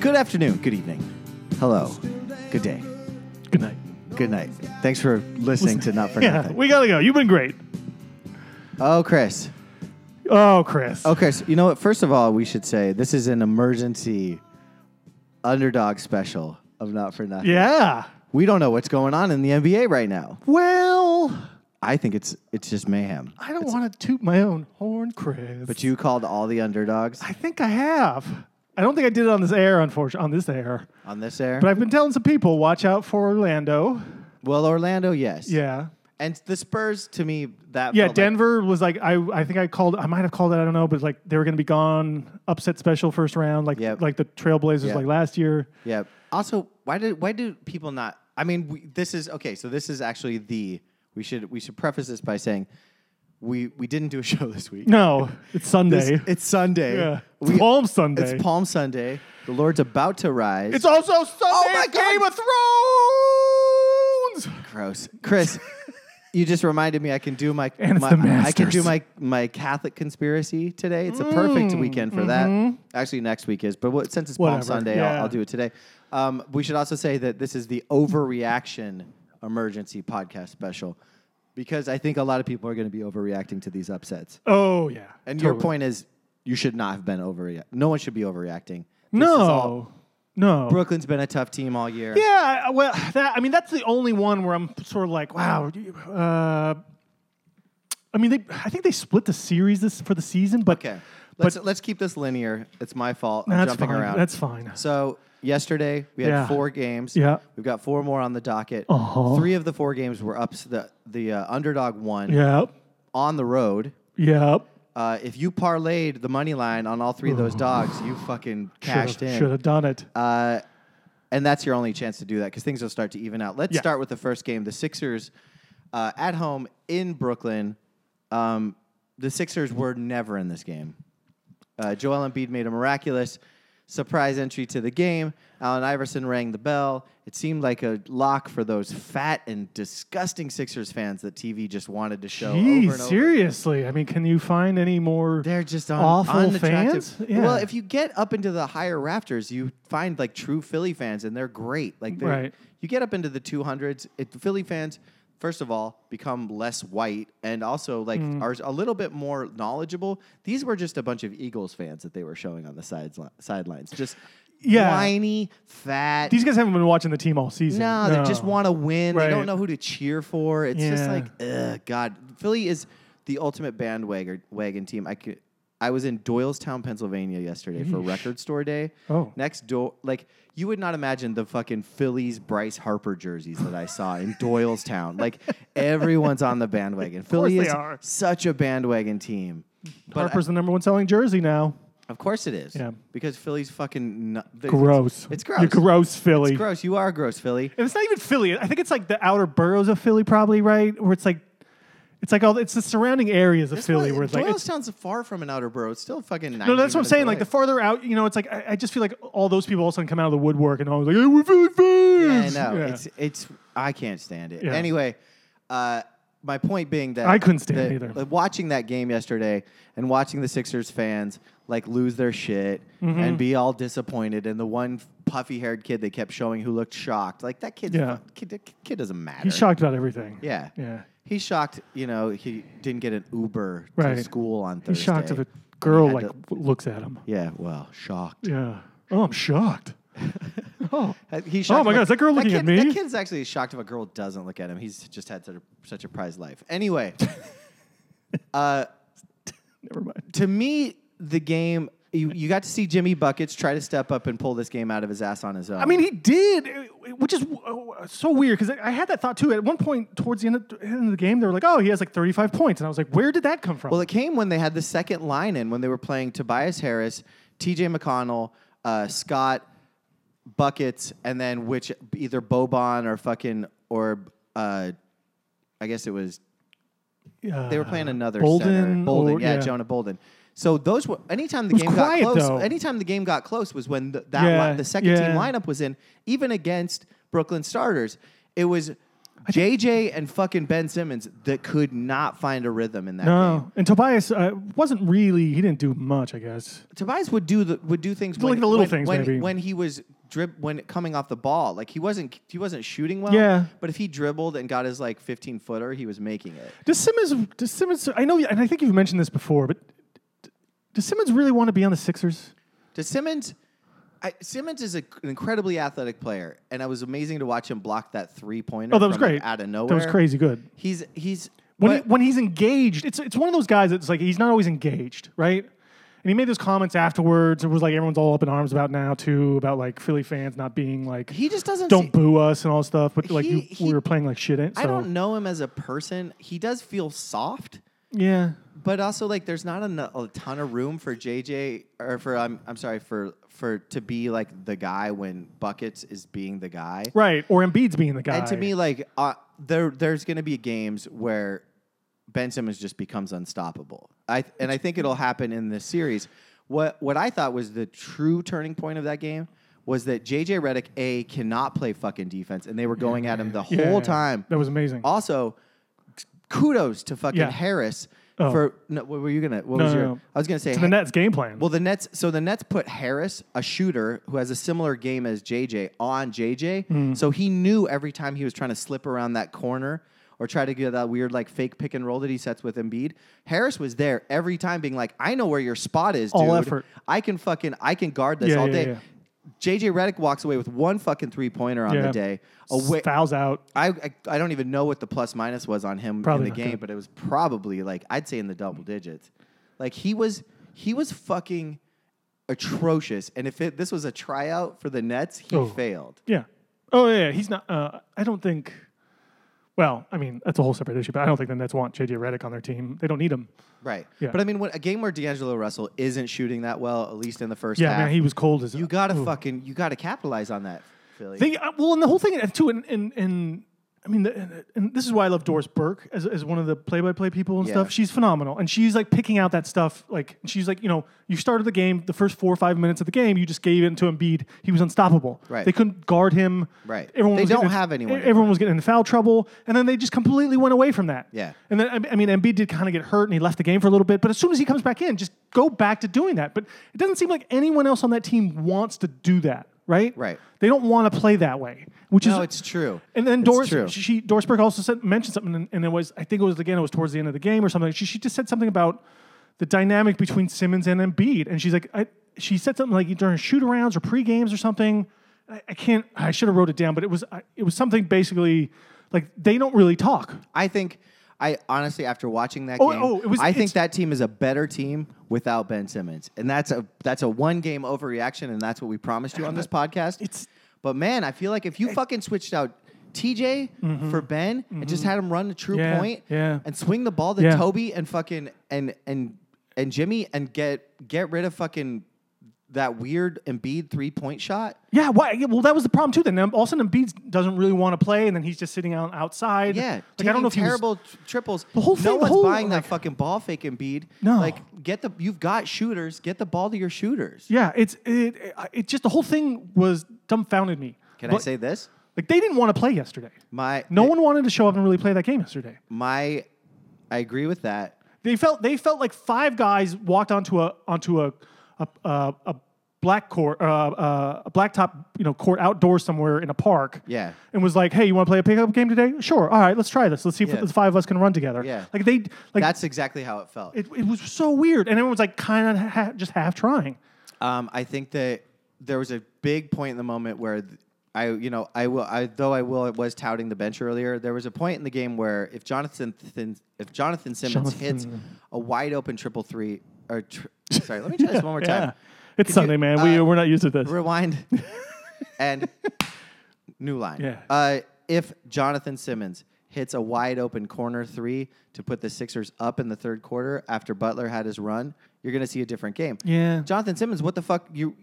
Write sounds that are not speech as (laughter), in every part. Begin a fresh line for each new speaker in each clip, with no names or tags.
Good afternoon. Good evening. Hello. Good day.
Good night.
Good night. Thanks for listening to Not For (laughs)
Yeah,
Nothing.
we gotta go. You've been great.
oh, Chris.
Oh, Chris.
Okay, so you know what? First of all, we should say this is an emergency underdog special of Not For Nothing.
Yeah.
We don't know what's going on in the NBA right now.
Well,
I think it's it's just mayhem.
I don't want to toot my own horn, Chris.
But you called all the underdogs
I think I have. I don't think I did it on this air, unfortunately, on this air.
on this air.
But I've been telling some people, watch out for Orlando.
well, Orlando, yes.
Yeah.
And the Spurs, to me, that
Yeah,
felt like-
Denver was like I I think I called I might have called it, I don't know, but like they were gonna be gone, upset special first round, like
Yep.
like the Trailblazers
Yep.
like last year.
yeah. Also, why did why do people not? I mean, we, this is okay. So this is actually the we should we should preface this by saying we we didn't do a (laughs) show this week.
No, it's
This-
Sunday.
it's Sunday.
yeah. It's
We-
Palm Sunday.
It's Palm Sunday. The Lord's about to rise.
It's also Sunday
Oh my
Game of Thrones.
gross,
(laughs)
Chris. you just reminded me I can do my,
And it's
my
the
I can
Masters.
do
Mm,
my my Catholic conspiracy today. It's a perfect weekend for that. Actually, next week is, but what, since it's Palm
mm-hmm. Whatever,
Sunday, I'll,
yeah.
I'll do it today. Um, we should also say that this is the overreaction emergency podcast special because I think a lot of people are going to be overreacting to these upsets.
Oh yeah.
And your
totally.
point is, you should not have been overreact. No one should be overreacting. This is all-
No. No.
Brooklyn's been a tough team all year.
Yeah, I- well, that, I mean, that's the only one where I'm sort of like, wow. do you- Uh, I mean, they, I think they split the series this for the season, but
Okay.
but
Let's let's keep this linear. It's my fault. I'm
that's
jumping
fine.
around.
That's fine.
So yesterday we had
Yeah.
four games.
Yeah.
We've got four more on the docket.
Uh-huh.
Three of the four games were ups. The the uh, underdog won
Yep,
on the road.
yep.
Uh, if you parlayed the money line on all three of those dogs, you fucking cashed in.
Should have done it.
Uh, and that's your only chance to do that because things will start to even out. Let's
Yeah.
start with the first game. The Sixers uh, at home in Brooklyn. Um, the Sixers were never in this game. Uh, Joel Embiid made a miraculous surprise entry to the game. Allen Iverson rang the bell. It seemed like a lock for those fat and disgusting Sixers fans that TV just wanted to show. over
Geez,
and over.
seriously. I mean, can you find any more?
They're just un-
Awful
unattractive.
fans? Yeah.
Well, if you get up into the higher rafters, you find like true Philly fans, and they're great. Like they're,
Right.
you get up into the two hundreds, Philly fans. First of all, become less white and also like
Mm.
are a little bit more knowledgeable. These were just a bunch of Eagles fans that they were showing on the sides sidelines. Just
Yeah.
whiny, fat.
These guys haven't been watching the team all season.
no, they just want to win. They don't
Right.
know who to cheer for. It's just
Yeah.
like, ugh, God. Philly is the ultimate bandwagon wagon team. I could. I was in Doylestown, Pennsylvania yesterday for record store day.
Oh.
Next door, like you would not imagine the fucking Phillies Bryce Harper jerseys that I
(laughs)
saw in Doylestown. Like everyone's on the bandwagon. Philly
they
is
are.
such a bandwagon team. But I-
Harper's the number one selling jersey now.
of course it is.
Yeah.
Because Philly's fucking nu- they're-
Gross.
It's, gross.
You're gross, Philly.
It's gross. You are gross, Philly.
And it's not even Philly. I think it's like the outer boroughs of Philly, probably right, where it's like, it's like all it's the surrounding areas of
That's
Philly
why-
where it's like. It's,
Doylestown's far from an outer borough. It's still fucking.
no, that's what I'm saying. Like the farther out, you know, it's like I, I just feel like all those people all of a sudden come out of the woodwork and all like, "Hey, we're Philly
I
fans."
know.
Yeah.
It's it's. I can't stand it.
Yeah.
Anyway, uh, my point being that
I couldn't stand
that-
it either.
like, Watching that game yesterday and watching the Sixers fans like lose their shit
Mm-hmm.
and be all disappointed, and the one puffy-haired kid they kept showing who looked shocked, like that kid's
Yeah.
fu- kid, that kid doesn't matter.
he's shocked about everything.
Yeah.
yeah.
He's shocked. You know, he didn't get an Uber to
Right.
school on Thursday.
He's shocked if a girl
had
like
to-
w- looks at him.
Yeah. Well, shocked.
Yeah. Oh, I'm
(laughs)
shocked. oh,
Uh, He's
Oh
shocked
my
if a-
God, is that girl looking
kid,
at me?
That kid's actually shocked if a girl doesn't look at him. He's just had such a, such a prized life. Anyway, uh,
never mind. (laughs)
to me, the game, you, you got to see Jimmy Buckets try to step up and pull this game out of his ass on his own.
I mean, he did, uh, which is uh, so weird because I I had that thought too. At one point towards the end of, end of the game, they were like, "Oh, he has like 35 points," and I was like, "Where did that come from?"
well, it came when they had the second line in when they were playing Tobias Harris, TJ McConnell, uh, Scott, Buckets, and then which either Boban or fucking, or uh, I guess it was They were playing another center.
Uh, Bolden
Bolden,
or-
yeah,
yeah.
Jonah Bolden. So those were anytime the
was
game
quiet,
got close.
though.
Anytime the game got close was when the, that
Yeah,
li- the second
yeah.
team lineup was in, even against Brooklyn starters. It was JJ and fucking Ben Simmons that could not find a rhythm in that game.
No, and Tobias uh, wasn't really. He didn't do much, I guess.
Tobias would do the would do things when,
Like the little
when-
things,
when,
maybe.
when he was drib when coming off the ball. Like he wasn't he wasn't shooting well.
Yeah.
But if he dribbled and got his like 15 footer, he was making it.
Does Simmons? Does Simmons? I know, and I think you've mentioned this before, but d- does Simmons really want to be on the Sixers?
Does Simmons? I, Simmons is a, an incredibly athletic player, and it was amazing to watch him block that three pointer.
Oh, that was great.
out of nowhere.
That was crazy good.
He's he's
When,
but-
he, when he's engaged, it's it's one of those guys that's like he's not always engaged, right? And he made those comments afterwards. It was like everyone's all up in arms about now too, about like Philly fans not being like
he just doesn't.
don't
se-
boo us and all stuff. But like
He-
you,
he-
we were playing like shit. eh? So,
I don't know him as a person. He does feel soft.
Yeah,
But also, like, there's not a, a ton of room for JJ or for I'm I'm sorry for for to be like the guy when buckets is being the guy.
right. Or Embiid's being the guy.
And to me, like, uh, there there's gonna be games where Ben Simmons just becomes unstoppable. I and I think it'll happen in this series. What what I thought was the true turning point of that game was that JJ Redick a cannot play fucking defense, and they were going at him the
Yeah,
whole time.
that was amazing.
Also, kudos to fucking
Yeah.
Harris
Oh.
for. No, what were you gonna? What
No,
was
no,
your?
no.
I was gonna say.
to the Nets game plan.
Well, the Nets. So the Nets put Harris, a shooter who has a similar game as JJ, on JJ.
Mm.
So he knew every time he was trying to slip around that corner or try to get that weird like fake pick and roll that he sets with Embiid. Harris was there every time, being like, "I know where your spot is, dude.
All effort.
I can fucking I can guard this
Yeah,
all
yeah,
day."
yeah.
JJ Redick walks away with one fucking three pointer on
Yeah.
the day. Away,
fouls out.
I, I I don't even know what the plus minus was on him
Probably
in
not
the game,
good.
but it was probably like I'd say in the double digits. Like he was he was fucking atrocious, and if it, this was a tryout for the Nets, he
Oh.
failed.
Yeah. Oh yeah, yeah, he's not. Uh, I don't think. Well, I mean that's a whole separate issue, but I don't think the Nets want JJ Redick on their team. They don't need him.
Right.
Yeah.
But I mean, when, a game where D'Angelo Russell isn't shooting that well, at least in the first
Yeah,
half,
man, he was cold as
you gotta fucking you gotta capitalize on that, Philly.
They, uh, well, and the whole thing uh, too, and and, and I mean, the, and, and this is why I love Doris Burke as, as one of the play-by-play people and
Yeah.
stuff. She's phenomenal, and she's like picking out that stuff. Like she's like, you know, you started the game, the first four or five minutes of the game, you just gave it to Embiid. He was unstoppable.
Right.
They couldn't guard him.
Right.
Everyone
They
was
don't
getting-
have anyone
e-
to
Everyone was getting in foul trouble, and then they just completely went away from that.
Yeah.
And then I I mean, Embiid did kind of get hurt, and he left the game for a little bit. But as soon as he comes back in, just go back to doing that. But it doesn't seem like anyone else on that team wants to do that. Right.
Right.
They don't want to play that way, which
no,
is
it's true.
and then
It's
Doris
true.
she Doris Burke also said, mentioned something, and, and it was I think it was again it was towards the end of the game or something. She she just said something about the dynamic between Simmons and Embiid, and she's like I, she said something like during shoot arounds or pre games or something. I, I can't I should have wrote it down, but it was I, it was something basically like they don't really talk.
I think I honestly, after watching that
Oh,
game,
oh, it was-
I
it's-
think that team is a better team without Ben Simmons, and that's a that's a one game overreaction, and that's what we promised you
(laughs)
on this podcast.
it's-
but man, I feel like if you fucking switched out TJ for Ben and just had him run the true
Mm-hmm. Yeah,
point
yeah.
and swing the ball to
Yeah.
Toby and fucking and and and Jimmy and get get rid of fucking that weird Embiid three point shot.
Yeah, why? yeah, well, that was the problem too. Then Now, all of a sudden Embiid doesn't really want to play, and then he's just sitting out outside.
Yeah,
like I don't know if he was-
terrible tr- triples.
The whole
no
thing- the
one's
whole,
buying
like-
that fucking ball fake Embiid.
No.
like get the you've got shooters. Get the ball to your shooters.
yeah, it's it, it, it just the whole thing was dumbfounded me.
Can I
But-
say this?
Like they didn't want to play yesterday.
My
No one wanted to show up and really play that game yesterday.
My, I agree with that.
They felt they felt like five guys walked onto a onto a a, a, a black court uh, uh, a blacktop you know court outdoors somewhere in a park.
Yeah.
And was like, hey, you want to play a pickup game today? Sure. All right, let's try this. Let's see if
Yeah.
the five of us can run together.
Yeah.
Like they like
That's exactly how it felt.
it, it was so weird, and everyone was like kind of ha- just half trying.
Um, I think that there was a big point in the moment where th- I, you know, I will, I though I will, I was touting the bench earlier. There was a point in the game where if Jonathan, Thin, if Jonathan Simmons hits a wide open triple three, or tr-
(laughs)
sorry, let me try this one more time.
It's
Could you-
Sunday, man. we
uh,
we're not used to this.
rewind
(laughs)
and new line.
Yeah.
Uh, if Jonathan Simmons hits a wide open corner three to put the Sixers up in the third quarter after Butler had his run, you're going to see a different game.
Yeah.
Jonathan Simmons, what the fuck you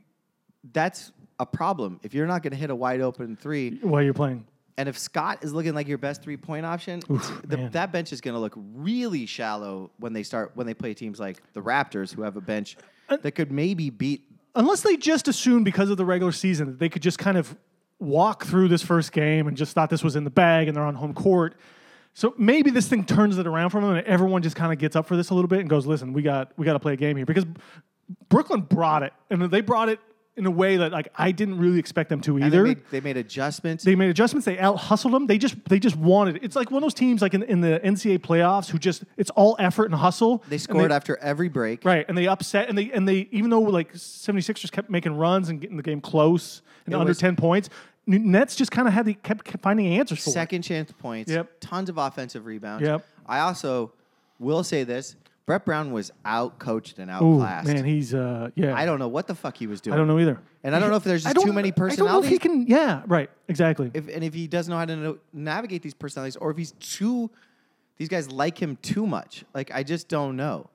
that's a problem. If you're not going to hit a wide open 3
While you're playing,
and if Scott is looking like your best three-point option, the,
man.
that bench is going to look really shallow when they start when they play teams like the Raptors who have a bench
Uh,
that could maybe beat
unless they just assumed because of the regular season that they could just kind of walk through this first game and just thought this was in the bag and they're on home court. So maybe this thing turns it around for them and everyone just kind of gets up for this a little bit and goes, listen, we got we got to play a game here because Brooklyn brought it and they brought it in a way that like I didn't really expect them to
And they
either.
made, they made adjustments.
They made adjustments. They out hustled them. They just they just wanted. It's like one of those teams like in, in the NCAA playoffs who just it's all effort and hustle.
they
And
scored after every break.
Right, and they upset, and they and they even though like 76ers kept making runs and getting the game close and under
was-
ten points, N- Nets just kind of had the kept, kept finding answers for. it.
Second chance points.
Yep.
Tons of offensive rebounds.
Yep.
I also will say this: Brett Brown was out coached and
Ooh,
outclassed.
man, he's uh yeah.
I don't know what the fuck he was doing.
I don't know either.
And I don't know if there's
I
just
don't-
too many
I don't know if he
personalities.
can. Yeah, right, exactly.
If, and if he doesn't know how to no- navigate these personalities, or if he's too, these guys like him too much. Like I just don't know.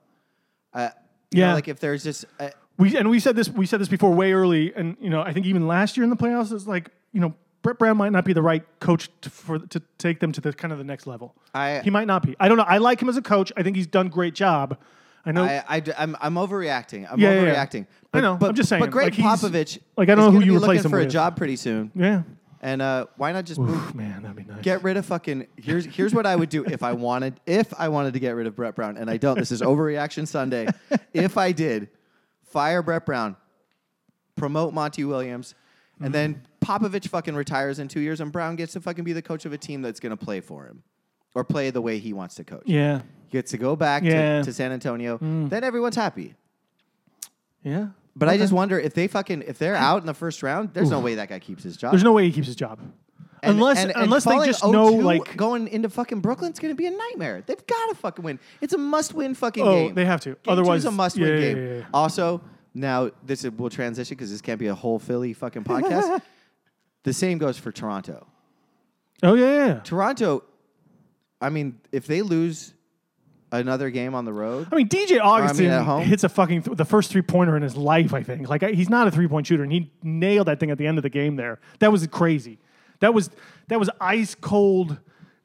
Uh, you know,
Yeah.
like if there's just uh,
we and we said this we said this before way early, and you know I think even last year in the playoffs it's like you know Brett Brown might not be the right coach to, for to take them to the kind of the next level.
I-
he might not be. I don't know. I like him as a coach. I think he's done great job. I know.
I, I am I'm overreacting. I'm
Yeah, yeah, yeah.
overreacting.
I know. I'm just saying,
But Greg
like, he's-
Popovich,
like, I don't
is
know who
gonna
you
be
replace
looking
him
for a
with.
job pretty soon.
yeah.
And uh, why not just move,
Oof, man, that'd be nice.
get rid of fucking? Here's here's what I would do if I wanted if I wanted to get rid of Brett Brown, and I don't. This is overreaction Sunday. if I did, fire Brett Brown, promote Monty Williams, and then Popovich fucking retires in two years, and Brown gets to fucking be the coach of a team that's gonna play for him, or play the way he wants to coach.
yeah.
He gets to go back
Yeah. Mm.
to, to San Antonio. Then everyone's happy.
Yeah.
But I just wonder if they fucking if they're out in the first round, there's no way that guy keeps his job.
There's no way he keeps his job.
And-
unless
and- and
unless they
falling
just know
0-2
like
going into fucking Brooklyn's going to be a nightmare. They've got to fucking win. It's a must-win fucking
Oh,
game.
they have to.
Game
Otherwise-
two's a must-win
yeah, yeah,
game.
yeah, yeah.
Also, now this is, will transition because this can't be a whole
(laughs)
Philly fucking podcast. the same goes for Toronto.
oh yeah, yeah, yeah.
Toronto, I mean, if they lose another game on the road,
I mean DJ Augustin
at home?
hits a fucking th- the first three pointer in his life. I think like I, he's not a three point shooter, and he nailed that thing at the end of the game. There, that was crazy. That was that was ice cold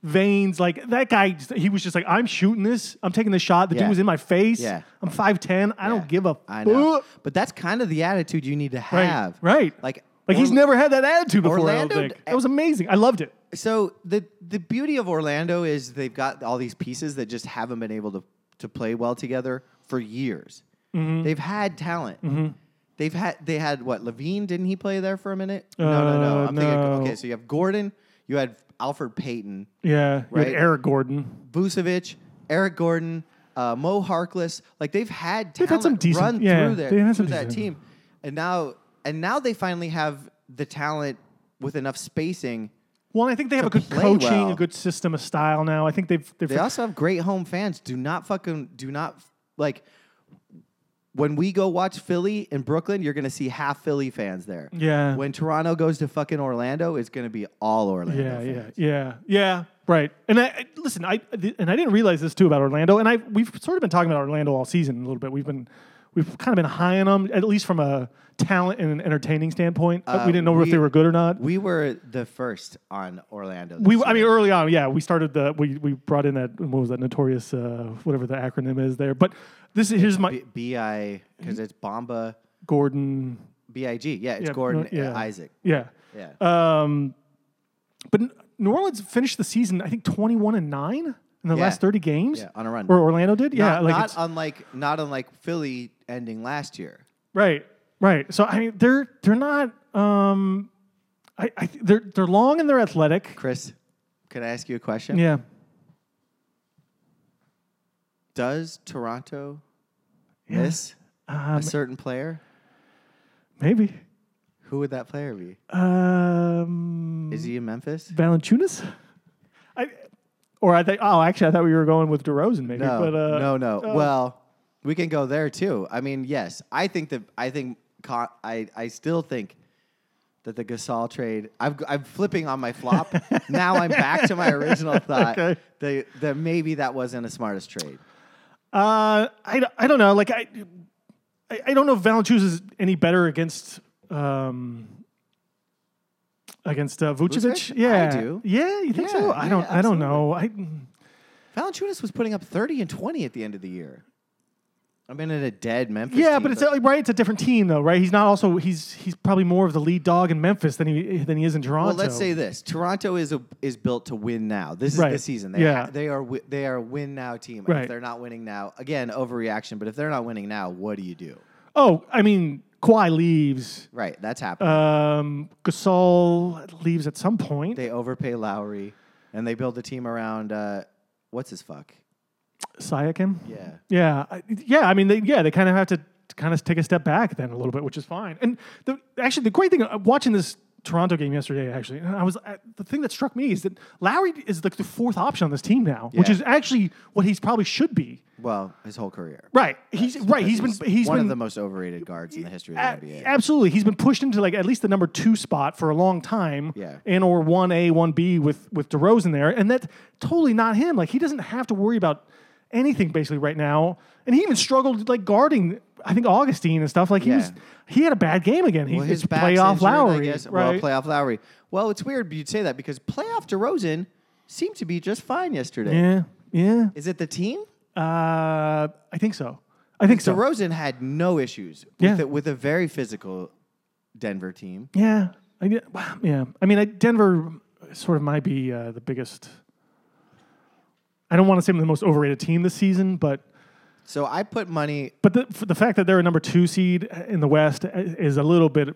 veins. Like that guy, he was just like, I'm shooting this. I'm taking the shot. The
Yeah.
dude was in my face.
Yeah.
I'm five ten. I
Yeah,
don't give a
I know.
fuck.
But that's kind of the attitude you need to
Right,
have.
right.
Like,
like he's
Orla-
never had that attitude before.
Orlando
I don't
d-
think that was amazing. I loved it.
so the the beauty of Orlando is they've got all these pieces that just haven't been able to to play well together for years.
Mm-hmm.
They've had talent. They've had they had what Levine didn't he play there for a minute? no, no, no.
Uh,
I'm thinking
no.
okay. So you have Gordon, you had Alfred Payton,
Yeah, you had
Right.
Eric Gordon.
Vucevic, Eric Gordon, uh, Mo Harkless. Like they've had talent
had some decent-
run
yeah,
through there
they've had some
through that
decent-
team, and now and now they finally have the talent with enough spacing.
Well, and I think they have a good
play
coaching,
well.
a good system, a style now. I think they've they've
They also have great home fans. Do not fucking do not like when we go watch Philly in Brooklyn, you're gonna see half Philly fans there.
Yeah.
When Toronto goes to fucking Orlando, it's gonna be all Orlando.
yeah,
fans.
yeah, yeah, yeah. Right. And I, I listen. I th- and I didn't realize this too about Orlando. And I we've sort of been talking about Orlando all season a little bit. We've been we've kind of been high on them, at least from a talent and an entertaining standpoint. Uh, we didn't know if
we-
they were good or not.
We were the first on Orlando. this
We, I mean,
year.
early on, yeah, we started the we we brought in that what was that notorious uh, whatever the acronym is there. But this is here's my
B- bi because it's Bomba
Gordon.
B I G. Yeah, it's
yeah,
Gordon
no, yeah,
and Isaac.
Yeah.
Yeah.
Um, but N- New Orleans finished the season, I think, 21 and 9 in the
Yeah.
last 30 games.
Yeah, on a run.
Or Orlando did? yeah.
not,
like
not
it's-
unlike not unlike Philly ending last year.
right. Right. So, I mean, they're they're not. Um, I, I th- they're they're long and they're athletic.
Chris, can I ask you a question?
Yeah.
Does Toronto miss a
Um,
certain player?
maybe.
Who would that player be?
Um,
Is he in Memphis?
Valanciunas. I or I think. Oh, actually, I thought we were going with DeRozan, maybe.
No,
but uh,
no, no.
uh,
well, we can go there too. I mean, yes, I think that I think co I I still think that the Gasol trade. I'm I'm flipping on my
(laughs)
flop. now I'm back to my original thought
Okay.
that that maybe that wasn't the smartest trade.
Uh, I, I don't know. Like I, I, I don't know if Valanciunas is any better against um, against uh, Vucevic.
Vucevic?
Yeah,
I do.
Yeah, you think so?
Yeah,
I
yeah,
don't. I don't know. I
Valanciunas was putting up 30 and 20 at the end of the year. I'm in a dead Memphis.
Yeah,
team,
but it's uh, right. It's a different team though, right? He's not also he's he's probably more of the lead dog in Memphis than he than he is in Toronto.
well. Let's say this: Toronto is a, is built to win now. This is
Right.
the season. They
Yeah.
ha- they are wi- they are a win now team. And
Right.
If they're not winning now, again overreaction. But if they're not winning now, what do you do?
oh, I mean, Kawhi leaves.
Right, that's happening.
Um, Gasol leaves at some point.
they overpay Lowry, and they build a team around uh, what's his fuck?
Siakam.
Yeah.
Yeah, I- yeah. I mean, they, yeah, they kind of have to kind of take a step back then a little bit, which is fine. And the, actually, the great thing uh, watching this Toronto game yesterday, actually, I was I, the thing that struck me is that Lowry is like the fourth option on this team now, which
Yeah.
is actually what he's probably should be.
Well, his whole career.
Right. He's right. He's been he's
one
been
of the most overrated guards in the history of the
a-
NBA.
Absolutely, he's been pushed into like at least the number two spot for a long time.
Yeah.
and or one A, one B with with DeRozan there, and that's totally not him. Like he doesn't have to worry about anything basically right now. And he even struggled like guarding. I think Augustine and stuff. Like he
Yeah.
was he had a bad game again. He
Well, his
it's
back's
playoff
injured,
Lowry,
I guess.
right?
Well, playoff Lowry. Well, it's weird you'd say that because playoff DeRozan seemed to be just fine yesterday.
yeah, yeah.
Is it the team?
Uh, I think so. I think so.
DeRozan had no issues
Yeah.
with, a, with a very physical Denver team.
Yeah, I get- wow, yeah. I mean, I, Denver sort of might be uh, the biggest. I don't want to say they're the most overrated team this season, but
So I put money.
but the f- the fact that they're a number two seed in the West i- is a little bit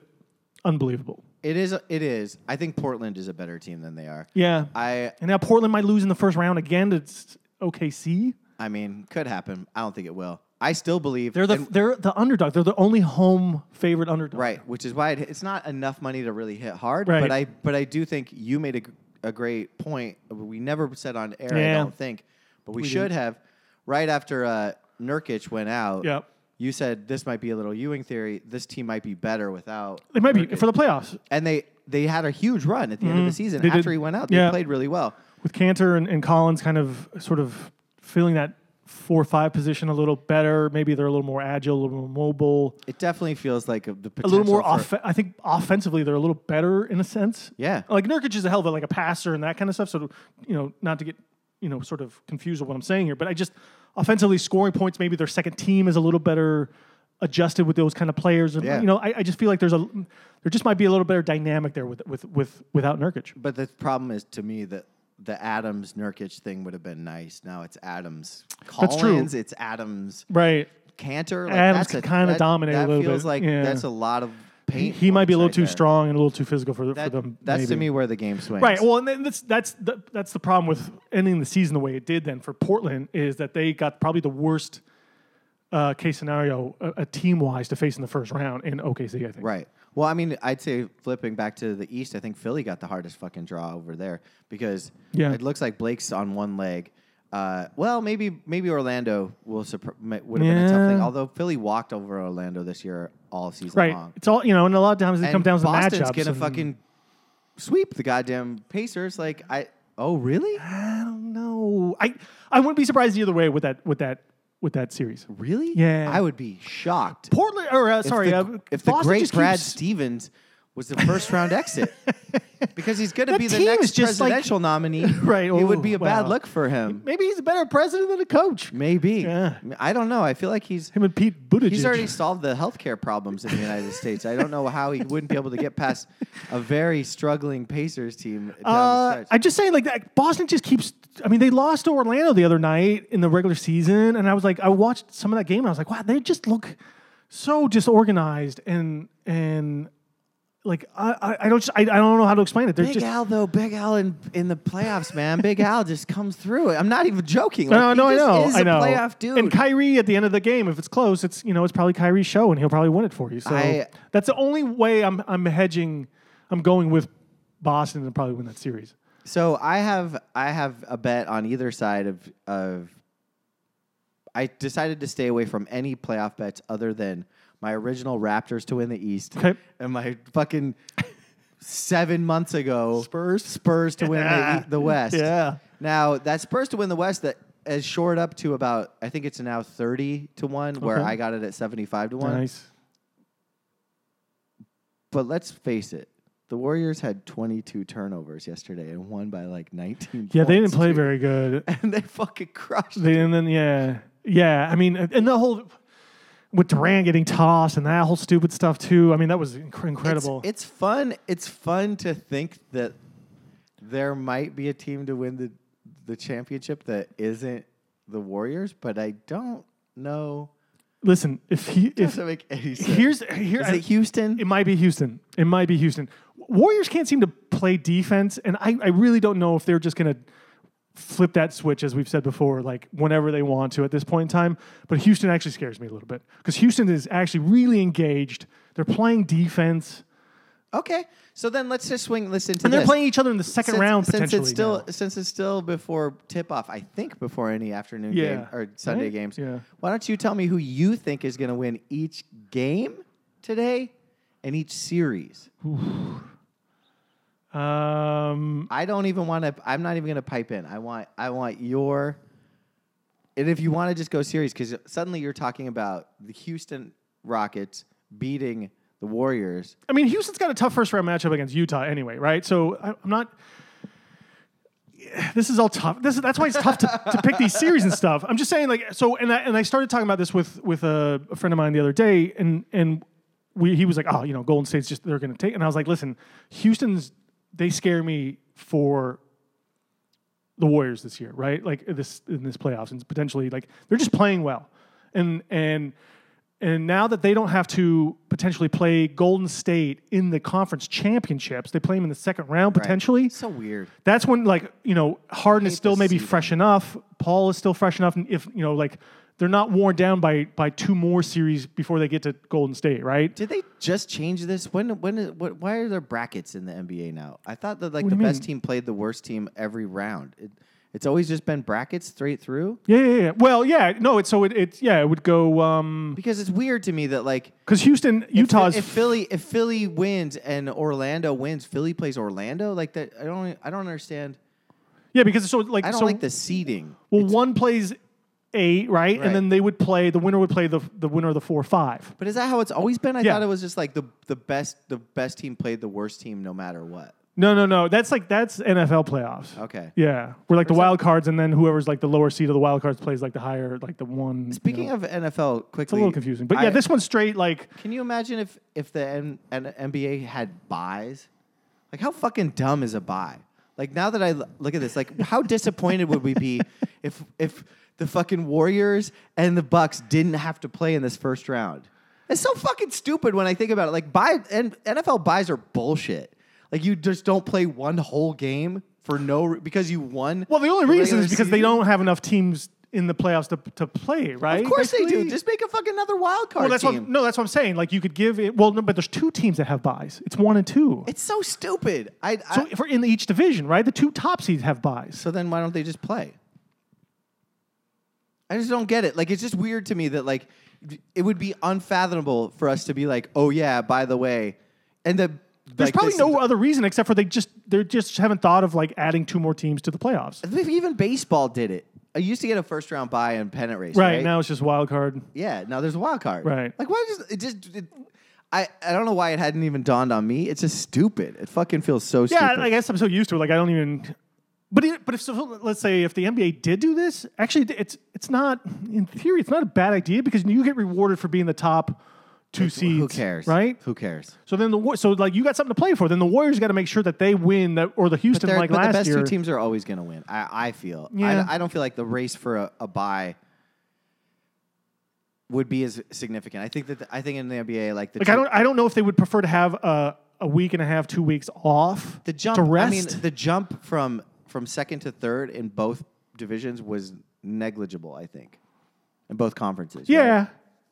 unbelievable.
It is. It is. I think Portland is a better team than they are.
Yeah,
I.
and now Portland might lose in the first round again to s- OKC.
I mean, could happen. I don't think it will. I still believe
They're the
and-
they're the underdog. They're the only home favorite underdog.
Right, which is why it, it's not enough money to really hit hard.
Right.
But I but I do think you made a, gr- a great point. We never said on air,
Yeah.
I don't think, but we, should have. Right after uh, Nurkic went out,
Yep.
you said this might be a little Ewing theory. This team might be better without.
They might be
Nurkic."
for the playoffs
and they they had a huge run at the end of the season
Mm-hmm. They did.
after he went out. They
Yeah.
played really well.
with Cantor and, and Collins kind of sort of filling that four or five position a little better. Maybe they're a little more agile, a little more mobile.
It definitely feels like a, the
a
potential
little more
for-
off. I think offensively they're a little better in a sense.
Yeah.
like Nurkic is a hell of a, like a passer and that kind of stuff. So you know, not to get you know sort of confused with what I'm saying here, but I just offensively scoring points. Maybe their second team is a little better adjusted with those kind of players. And,
Yeah.
You know, I, I just feel like there's a there just might be a little better dynamic there with with with without Nurkic.
But the problem is to me that the Adams Nurkic thing would have been nice. Now it's Adams
That's true.
Collins. It's Adams
Right.
Cantor. Like
Adams
that's a-
can kinda
that-
dominate a
that
little
feels
bit.
like
Yeah.
that's a lot of
He,
paint.
he might be a
points
little
right
too
there.
strong and a little too physical for,
That-
for them.
that's to
maybe.
me where the game swings.
Right. Well, and then that's that's the, that's the problem with ending the season the way it did. Then for Portland is that they got probably the worst uh, case scenario, uh, uh, team wise, to face in the first round in OKC. I think.
right. Well, I mean, I'd say flipping back to the East, I think Philly got the hardest fucking draw over there because
Yeah.
it looks like Blake's on one leg. Uh, well, maybe maybe Orlando will surpr- mi- would have been a tough thing.
Yeah.
Although Philly walked over Orlando this year all season
Right.
long.
It's all you know, and a lot of times it
and
comes down to the
Boston's
matchups.
gonna
and-
fucking sweep the goddamn Pacers. Like I, oh really,
I don't know. I I wouldn't be surprised either way with that with that with that series.
really?
Yeah.
I would be shocked.
Portland, or uh, sorry,
if the,
uh,
if the
Boston
great
just
Brad
keeps,
Stevens was the first
(laughs)
round exit, because he's gonna
That
be the
team is
next
just like-
presidential nominee.
(laughs) Right,
it
oh,
would be a bad
wow.
look for him.
maybe he's a better president than a coach.
Maybe.
Yeah.
I don't know. I feel like he's
Him and Pete Buttigieg.
he's already solved the healthcare problems in the United States. I don't know how he wouldn't be able to get past a very struggling Pacers team. Down the
Uh,
stretch.
I just say like that. Boston just keeps. I mean, they lost to Orlando the other night in the regular season, and I was like, I watched some of that game, and I was like, wow, they just look so disorganized and and like I I, I don't just, I, I don't know how to explain it. They're
Big
just
Al though, Big Al in, in the playoffs, man. Big Al just comes through. I'm not even joking. Like,
no, no,
he
I
just
know,
Is
I know.
A playoff dude.
And Kyrie at the end of the game, if it's close, it's you know it's probably Kyrie's show, and he'll probably win it for you. So
I-
that's the only way I'm I'm hedging. I'm going with Boston and probably win that series.
so I have I have a bet on either side of of. I decided to stay away from any playoff bets other than my original Raptors to win the East
Okay.
and my fucking seven months ago
Spurs?
Spurs to win the, E- the West.
Yeah.
Now that Spurs to win the West that is short up to about I think it's now thirty to one where
Okay.
I got it at seventy five to one.
Nice.
But let's face it, the Warriors had 22 turnovers yesterday and won by like 19.
Yeah, they didn't
points,
play
dude. (laughs)
very good.
and they fucking crushed.
They, and then yeah, yeah. I mean, and the whole with Durant getting tossed and that whole stupid stuff too. I mean, that was inc-
It's,
incredible.
it's fun. It's fun to think that there might be a team to win the the championship that isn't the Warriors, but I don't know.
Listen, if he
It
(laughs) if
doesn't make any sense.
here's here
Is it Houston?
It might be Houston. It might be Houston. Warriors can't seem to play defense, and I, I really don't know if they're just going to flip that switch, as we've said before, like whenever they want to at this point in time. But Houston actually scares me a little bit because Houston is actually really engaged. They're playing defense,
okay, so then let's just swing. Listen to
and they're
this.
playing each other in the second round potentially.
it's still
now.
since it's still before tip off, I think before any afternoon game
Yeah.
or Sunday
Right?
games.
Yeah.
Why don't you tell me who you think is going to win each game today and each series?
Um,
I don't even want to. I'm not even going to pipe in. I want. I want your. And if you want to just go series, because suddenly you're talking about the Houston Rockets beating the Warriors.
I mean, Houston's got a tough first round matchup against Utah anyway, right? So I, I'm not. This is all tough. This is, that's why it's tough to, to pick these series and stuff. I'm just saying, like, so, and I, and I started talking about this with with a, a friend of mine the other day, and and we he was like, oh, you know, Golden State's just they're going to take, and I was like, listen, Houston's they scare me for the Warriors this year, right? Like this in this playoffs and potentially like they're just playing well. And and and now that they don't have to potentially play Golden State in the conference championships, they play them in the second round potentially.
So weird.
That's when like, you know, Harden is still
to
maybe
see
fresh enough, Paul is still fresh enough and if, you know, like they're not worn down by by two more series before they get to Golden State, right?
Did they just change this? When when is, what, why are there brackets in the NBA now? I thought that like
What
the
do you
best
mean?
team played the worst team every round. It, it's always just been brackets straight through
Yeah, yeah, yeah. Well, yeah, no, it's so it, it's yeah, it would go um
because it's weird to me that like
cuz Houston Utah
if,
is
if Philly if Philly wins and Orlando wins, Philly plays Orlando like that. I don't I don't understand.
Yeah, because so like
I don't
so
like the seeding.
Well, one plays eight, right?
Right.
And then they would play the winner would play the the winner of the four five.
But is that how it's always been? I
Yeah.
thought it was just like the the best the best team played the worst team no matter what.
No, no, no. That's like that's NFL playoffs.
Okay.
Yeah, we're like the wild cards, and then whoever's like the lower seed of the wild cards plays like the higher, like the one. you
Speaking
know.
of NFL, quickly,
it's a little confusing, but yeah,
I-
this one's straight. Like
Can you imagine if if the N- N- NBA had buys? Like how fucking dumb is a buy? Like now that I l- look at this, like how disappointed would
(laughs)
we be if if the fucking Warriors and the Bucks didn't have to play in this first round? It's so fucking stupid when I think about it. Like buy and NFL buys are bullshit. Like you just don't play one whole game for no re- because you won.
well, the only reason
regular
is because they
season?
don't have enough teams in the playoffs to to play, right?
Of course they do.
Basically?
Just make a fucking another wild card
well, that's
team.
what no, that's what I'm saying. Like you could give it. Well, no, but there's two teams that have buys. It's one and two.
it's so stupid. I, I
so for in each division, right? The two top seeds have buys.
So then why don't they just play? I just don't get it. Like it's just weird to me that like it would be unfathomable for us to be like, "Oh yeah, by the way." And the
There's
like,
probably
this-
no other reason except for they just they just haven't thought of like adding two more teams to the playoffs.
even baseball did it. I used to get a first round bye in pennant race,
Right,
right?
now it's just wild card.
Yeah, now there's a wild card.
Right.
Like why just it just it, I, I don't know why it hadn't even dawned on me. It's just stupid. It fucking feels so
Yeah,
stupid.
I guess I'm so used to it. Like I don't even. But it, but if so, let's say if the NBA did do this, actually it's it's not in theory it's not a bad idea because you get rewarded for being the top two seeds.
Who cares?
Right.
Who cares?
So then the Wa- so like you got something to play for. Then the Warriors got to make sure that they win that or the Houston
They're-
like
but
last
the best
year.
two teams are always going to win. I, I feel.
Yeah.
I, I don't feel like the race for a, a bye would be as significant. I think that the, I think in the NBA, like the
like I
two-
don't I don't know if they would prefer to have a a week and a half, two weeks off
the jump.
to rest.
I mean, the jump from from second to third in both divisions was negligible. I think in both conferences. right?
Yeah,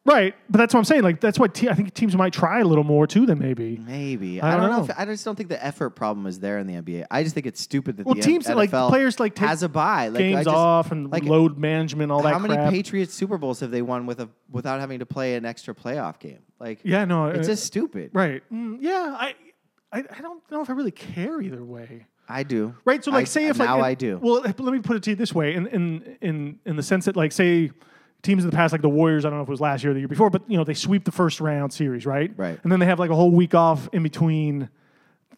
right. But that's what I'm saying. Like that's why te- I think teams might try a little more too than maybe.
Maybe I
I
don't,
don't
know.
know.
If, I just don't think the effort problem is there in the NBA. I just think it's stupid that
Well,
the
teams
NFL
that, like, players, like, take
has a bye. Like, I
Games
just-
off and
like,
load management, all that
How many
crap.
Patriots Super Bowls have they won with a without having to play an extra playoff game? Like,
yeah, no,
it's
uh,
just stupid.
right. Mm, yeah, I, I, I don't know if I really care either way.
I do.
Right. So like,
I-
say if like
now
in-
I do.
Well, let me put it to you this way: in in in in the sense that like, say teams in the past, like the Warriors. I don't know if it was last year or the year before, but you know they sweep the first round series, right?
Right.
And then they have like a whole week off in between,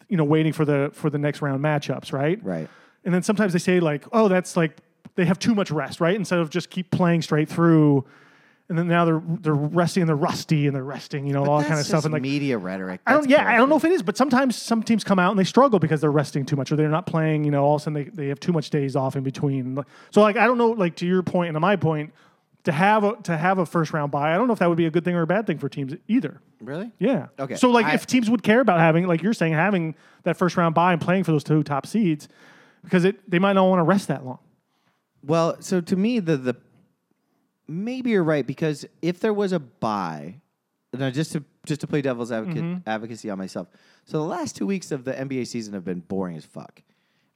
you know, waiting for the for the next round matchups, right?
right.
And then sometimes they say like, oh, that's like they have too much rest, right? Instead of just keep playing straight through. and then now they're they're resting and they're rusty and they're resting, you know, all that kind of
That's
stuff.
just
And like,
media rhetoric.
I don't,
That's
yeah, I
bullshit.
don't know if it is, but sometimes some teams come out and they struggle because they're resting too much or they're not playing. You know, all of a sudden they, they have too much days off in between. So like, I don't know, like to your point and to my point, to have a to have a first round bye, I don't know if that would be a good thing or a bad thing for teams either.
Really?
Yeah.
Okay.
So like,
I-
if teams would care about having, like you're saying, having that first round bye and playing for those two top seeds, because it they might not want to rest that long.
Well, so to me, the the maybe you're right because if there was a buy, now just to just to play devil's advocate,
Mm-hmm.
advocacy on myself. So the last two weeks of the NBA season have been boring as fuck,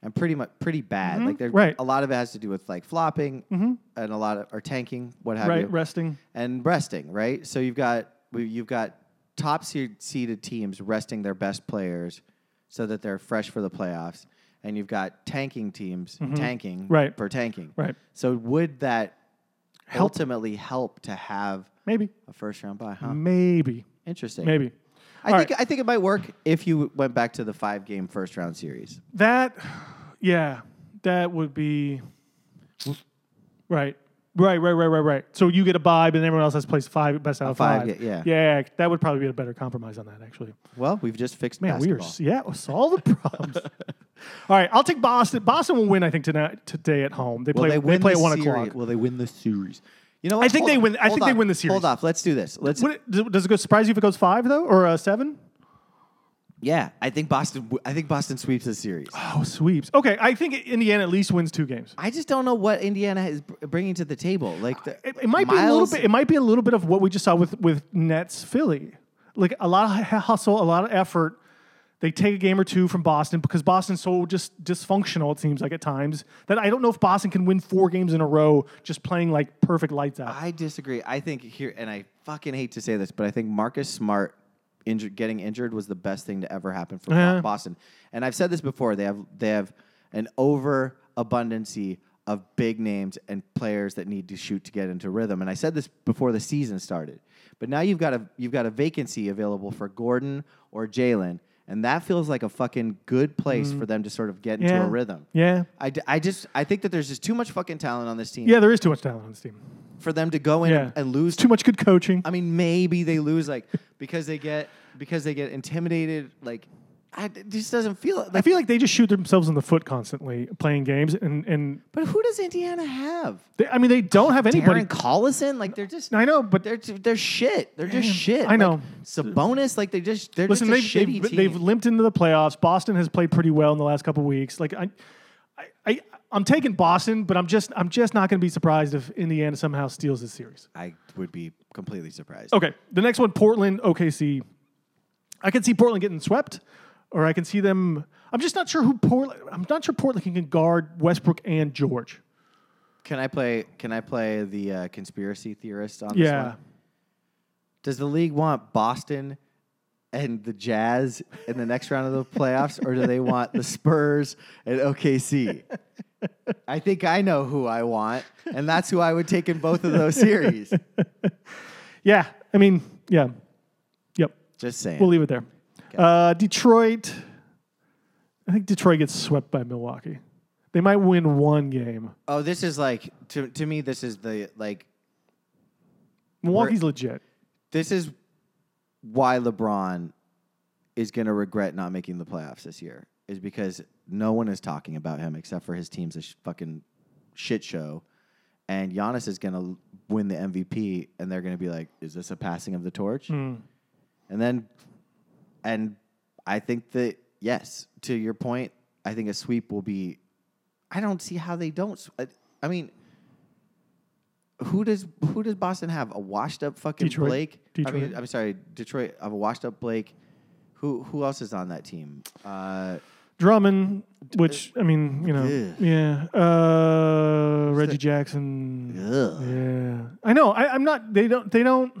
and pretty much pretty bad. Like there,
Mm-hmm. Right. Mm-hmm.
a lot of it has to do with like flopping and a lot of or tanking, what have you,
Right. Resting.
and resting. Right. So you've got we- you've got top seed- seeded teams resting their best players so that they're fresh for the playoffs. And you've got tanking teams tanking
Mm-hmm. Right.
for tanking.
Right.
So would that ultimately help to have
Maybe.
a first round bye? Huh.
Maybe.
Interesting.
Maybe.
I
All
think I think it might work if you went back to the five game first round series.
That, yeah, that would be right. Right, right, right, right, right. So you get a bye, but everyone else has placed five best out of
five,
five.
yeah, yeah.
yeah, that would probably be a better compromise on that, actually.
Well, we've just fixed
Man, we are
basketball.
s- yeah, we'll solve the
(laughs)
problems. All right, I'll take Boston. Boston will win, I think, tonight today at home. They
Will
play.
they win
play at
the
one
series?
o'clock.
Will they win the series? You know, what?
I think
Hold
they
on,
win- I
hold
think they
on,
win the series.
Hold off. Let's do this. Let's.
Would it- does- does it go surprise you if it goes five though, or uh, seven?
Yeah, I think Boston. w- I think Boston sweeps the series.
Oh, sweeps. Okay, I think Indiana at least wins two games.
I just don't know what Indiana is br- bringing to the table. Like the,
It, it might be a
Miles-
little bit. It might be a little bit of what we just saw with with Nets Philly. Like a lot of hu- hustle, a lot of effort. They take a game or two from Boston because Boston's so just dysfunctional. It seems like at times that I don't know if Boston can win four games in a row just playing like perfect lights out.
I disagree. I think here, and I fucking hate to say this, but I think Marcus Smart injured, getting injured was the best thing to ever happen for Bo-
Yeah.
Boston. And I've said this before. They have they have an overabundancy of big names and players that need to shoot to get into rhythm. And I said this before the season started. But now you've got a you've got a vacancy available for Gordon or Jalen, and that feels like a fucking good place for them to sort of get into
Mm-hmm. Yeah.
a rhythm.
Yeah,
I, d- I just I think that there's just too much fucking talent on this team
yeah. There is too much talent on this team.
for them to go in
Yeah,
and lose
It's too much good coaching.
I mean, maybe they lose like because they get because they get intimidated. Like, I, it just doesn't feel it.
I
Like,
feel like they just shoot themselves in the foot constantly playing games, and and
but who does Indiana have?
they, I mean they don't have anybody.
Darren Collison? Like, they're just
I know, but
they're they're shit. They're just shit.
I know.
Like, Sabonis, like they just they're
Listen,
just a
they've,
shitty
they've,
team.
they've limped into the playoffs. Boston has played pretty well in the last couple weeks. Like I, I, I I'm taking Boston, but I'm just I'm just not going to be surprised if Indiana somehow steals this series.
I would be completely surprised.
Okay, the next one, Portland, OKC. I can see Portland getting swept, or I can see them. I'm just not sure who Portland. I'm not sure Portland can guard Westbrook and George.
Can I play? Can I play the uh, conspiracy theorist on this
Yeah,
one? Does the league want Boston and the Jazz in the next round of the playoffs, or do they want the Spurs and OKC? I think I know who I want, and that's who I would take in both of those series.
yeah. I mean, yeah, yep.
Just saying.
We'll leave it there. Uh, Detroit. I think Detroit gets swept by Milwaukee. They might win one game.
oh, this is like to to me. This is the like.
Milwaukee's legit.
This is why LeBron is going to regret not making the playoffs this year. Is because no one is talking about him except for his team's a sh- fucking shit show, and Giannis is going to win the MVP, and they're going to be like, "Is this a passing of the torch?" And then, and I think that yes, to your point, I think a sweep will be. I don't see how they don't. s- I- I mean, who does who does Boston have? A washed up fucking
Detroit.
Blake. I
Detroit.
mean, I'm sorry, Detroit. Have a washed up Blake. Who who else is on that team? Uh,
Drummond, which I mean, you know,
Ugh.
yeah. Uh, Reggie Jackson.
ugh.
Yeah, I know. I, I'm not. They don't. They don't.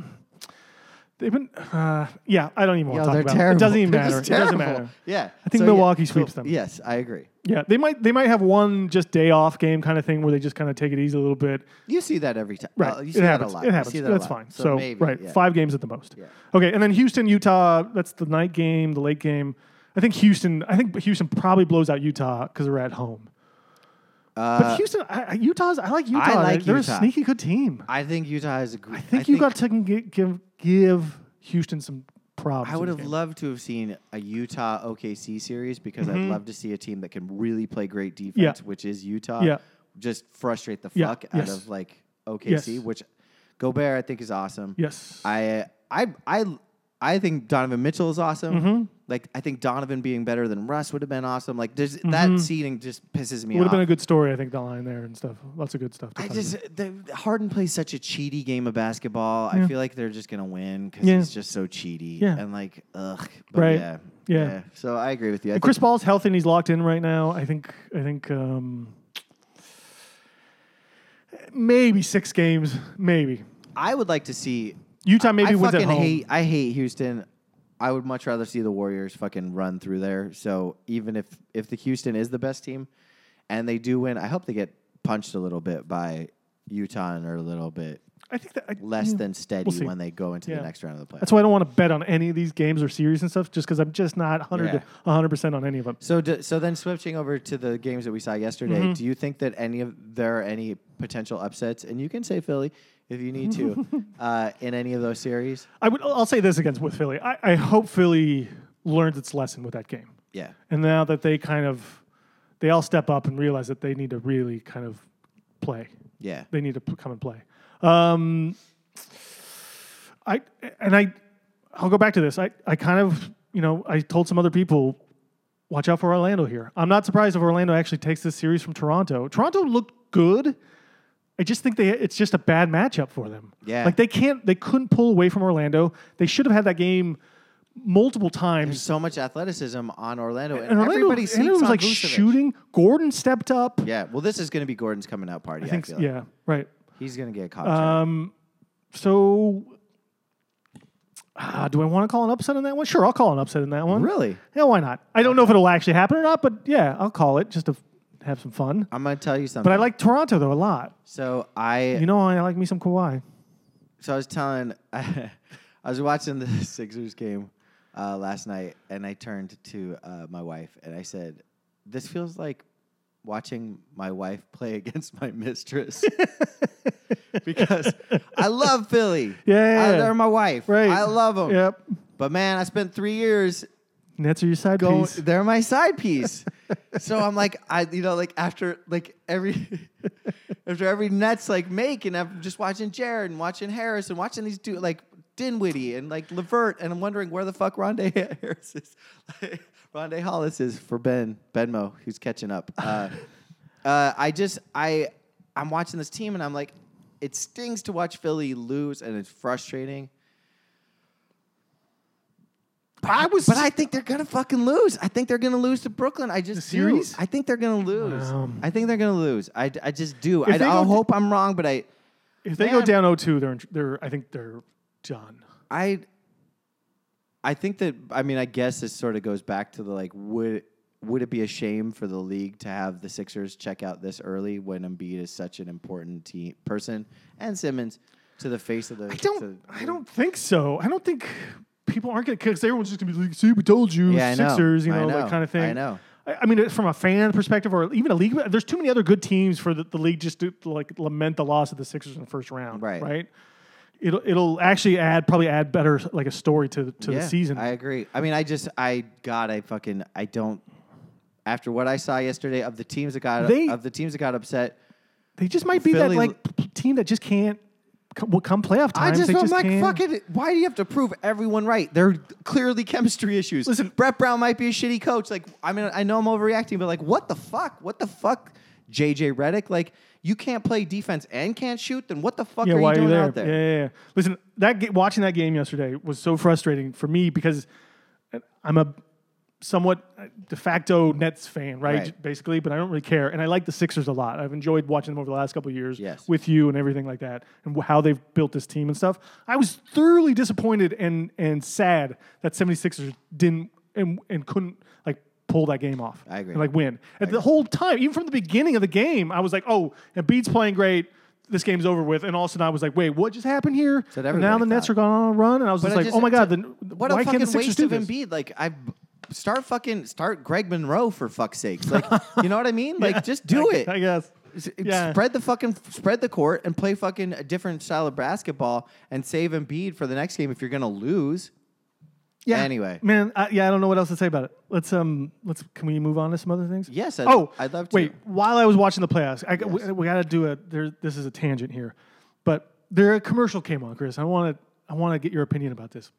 They've been. Uh, yeah, I don't even want
Yo,
to talk
they're
about
terrible.
it. It doesn't even
They're
matter. It
just
doesn't
terrible.
matter.
Yeah,
I think
yeah,
Milwaukee sweeps them.
Yes, I agree.
Yeah, they might. They might have one just day off game kind of thing where they just kind of take it easy a little bit.
You see that every time.
Right.
Well, Uh, you
it
see that
happens.
a lot.
It
You
happens.
see that a
That's
lot.
fine. So,
So, maybe,
right,
yeah.
five games at the most. Okay, and then Houston, Utah. That's the night game, the late game. I think Houston. I think Houston probably blows out Utah because they're at home. but Houston, I, I- Utah's. I like Utah.
Uh, like
They're
Utah.
a sneaky good team.
I think Utah is a great.
I think you got to give, give give Houston some props.
I
in
would
this
have
game.
loved to have seen a Utah OKC series because
Mm-hmm.
I'd love to see a team that can really play great defense, which is Utah.
Yeah.
Just frustrate the
Yeah,
fuck
yes.
out of like OKC,
Yes.
which Gobert I think is awesome.
Yes.
I I I I think Donovan Mitchell is awesome.
Mm-hmm.
Like I think Donovan being better than Russ would have been awesome. Like there's that seeding just pisses me
Mm-hmm. would
off.
have been a good story, I think, the line there and stuff. Lots of good stuff. to
uh, I
talk
just the, Harden plays such a cheaty game of basketball. I feel like they're just gonna win because
Yeah.
he's just so cheaty
Yeah.
and like ugh. But
Right.
Yeah,
Yeah.
So I agree with you. I
about.
think-
Chris Paul's healthy and he's locked in right now. I think. I think. Um, maybe six games. Maybe
I would like to see.
Utah maybe
I
wins at
fucking
home.
hate. I hate Houston. I would much rather see the Warriors fucking run through there. So even if if the Houston is the best team, and they do win, I hope they get punched a little bit by Utah and are a little bit
I think that I,
less
yeah.
than steady
We'll see.
when they go into
Yeah.
the next round of the playoffs.
That's why I don't want to bet on any of these games or series and stuff, just because I'm just not 100
Yeah.
100 percent on any of them.
So, do, so then switching over to the games that we saw yesterday,
Mm-hmm.
do you think that any of there are any potential upsets? And you can say Philly if you
(laughs)
need to uh, in any of those series.
I would. I'll say this against with Philly. I, I hope Philly learns its lesson with that game,
Yeah,
and now that they kind of they all step up and realize that they need to really kind of play.
yeah.
They need to p- come and play. Um, I and I, I'll go back to this. I I kind of you know I told some other people, watch out for Orlando here. I'm not surprised if Orlando actually takes this series from Toronto. Toronto looked good. I just think they it's just a bad matchup for them.
Yeah.
like they can't they couldn't pull away from Orlando. They should have had that game multiple times.
So much athleticism on Orlando, and,
And Orlando,
everybody
Orlando
sleeps
was
on
like
Vucevic.
shooting. Gordon stepped up.
Yeah, well, this is going to be Gordon's coming out party. I
I think
feel like.
yeah, Um, right.
he's going to get caught. short.
So, ah, do I want to call an upset on that one? Sure, I'll call an upset in that one.
really,
Yeah, why not? I don't know if it'll actually happen or not, but yeah, I'll call it just to f- have some fun.
I'm going to tell you something.
But I like Toronto though a lot.
so I
You know, I like me some Kawhi.
so I was telling, (laughs) I, was watching the (laughs) Sixers game uh, last night, and I turned to uh, my wife and I said, "This feels like watching my wife (laughs) play against
(laughs)
my mistress." because I love Philly.
Yeah.
I, they're my wife.
Right.
I love them.
Yep.
But man, I spent three years
Nets are your side
going.
piece.
They're my side piece. so I'm like, I you know, like after like every (laughs) after every Nets like make, and I'm just watching Jared and watching Harris and watching these dude like Dinwiddie and like Levert, and I'm wondering where the fuck Rondé (laughs) Harris is, Rondé Hollis is for Ben Benmo, who's catching up. Uh, (laughs) uh, I just I I'm watching this team, and I'm like, it stings to watch Philly lose, and it's frustrating.
I was.
But I think they're gonna fucking lose. I think they're gonna lose to Brooklyn. I just do.
series?
I think they're gonna lose.
Wow.
I think they're gonna lose. I, I just do. I,
they go
I
d-
hope I'm wrong, but I
if they go
man.
down 0-2, they're in, tr- they're. I think they're done.
I I think that I mean I guess this sort of goes back to the like would would it be a shame for the league to have the Sixers check out this early when Embiid is such an important team person and Simmons to the face of the
I don't.
to-
I don't think so. I don't think people aren't gonna because everyone's just gonna be like, "See, we told you,
Yeah, I know.
Sixers," you
I
know,
know.
that kind of thing.
I know.
I, I mean, uh, from a fan perspective, or even a league, there's too many other good teams for the, the league just to like lament the loss of the Sixers in the first round.
Right.
Right. It'll it'll actually add probably add better like a story to to the season.
I agree. I mean, I just, I God, I fucking, I don't. After what I saw yesterday of the teams that got
They-
of the teams that got upset,
they just might be that
Philly-
like p- p- team that just can't come, will come playoff
I
time.
just
they
am
just
like,
can't.
fuck it. Why do you have to prove everyone right? They're clearly chemistry issues.
Listen-
Brett Brown might be a shitty coach. Like, I mean, I know I'm overreacting, but like, what the fuck? What the fuck, JJ Redick? Like, you can't play defense and can't shoot. Then what the fuck
Yeah,
are
why are
you
you
doing
there?
out there?
Yeah, yeah, yeah. Listen, that ga- watching that game yesterday was so frustrating for me because I'm a somewhat uh, de facto Nets fan, right?
Right.
J- Basically, but I don't really care, and I like the Sixers a lot. I've enjoyed watching them over the last couple of years
Yes.
with you and everything like that, and wh- how they've built this team and stuff. I was thoroughly disappointed and and sad that 76ers didn't and and couldn't like pull that game off.
I agree.
And, like win. And the whole time, even from the beginning of the game, I was like, oh, Embiid's playing great. This game's over with. And all of a sudden, I was like, wait, what just happened here?
what
And now the
everybody
Nets
thought.
are going on a run. And I was
But
just
I
like,
just-
oh my God,
to-
then
what
why
a
can't
fucking
the Sixers
waste
do
of
this?
Embiid. Like I, start fucking start Greg Monroe for fuck's sakes. Like, you know what I
(laughs)
mean? Like, just do
I-
it.
I guess.
S-
Yeah.
Spread the fucking spread the court and play fucking a different style of basketball and save Embiid for the next game if you're gonna lose.
Yeah.
Anyway.
man, I, yeah, I don't know what else to say about it. Let's um, let's can we move on to some other things?
Yes, I'd-
oh,
I'd love to.
Wait, while I was watching the playoffs, I, got we, we got to do a. There, this is a tangent here, but there a commercial came on, Chris. I want to I want to get your opinion about this.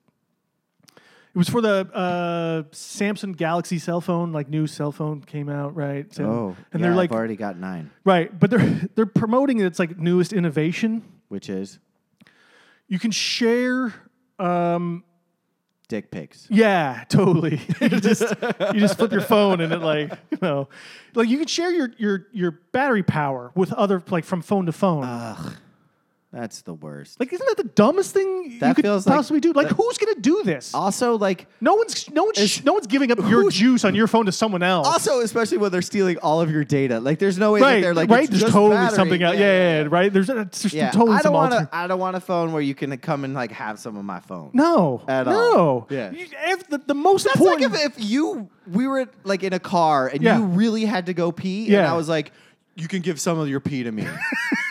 It was for the uh, Samsung Galaxy cell phone, like new cell phone came out, right? So-
Oh,
and
yeah,
they're like
I've already got nine,
right, but they're (laughs) they're promoting its like newest innovation.
which is
You can share. Um,
dick pics.
Yeah, totally. (laughs) you just you just flip your phone and it like you know, like you can share your your your battery power with other like from phone to phone.
Uh, That's the worst.
like, isn't that the dumbest thing you
That
could
feels like-
possibly do? Like, who's gonna do this?
Also, like
no one's no one's no one's giving up your juice on your phone to someone else.
also, especially when they're stealing all of your data. Like there's no way that
right,
they're like
right.
it's
There's
just
totally
battery.
something out. Yeah, yeah, yeah, right. There's, it's just
Yeah,
totally
I don't
some
want
alter-
to. I don't want a phone where you can come and like have some of my phone.
No,
At
no.
all. Yeah.
You- if the, the most
That's like
important.
if, if you we were like in a car and
Yeah.
you really had to go pee, and
Yeah.
I was like, "You can give some of your pee
(laughs)
to me,"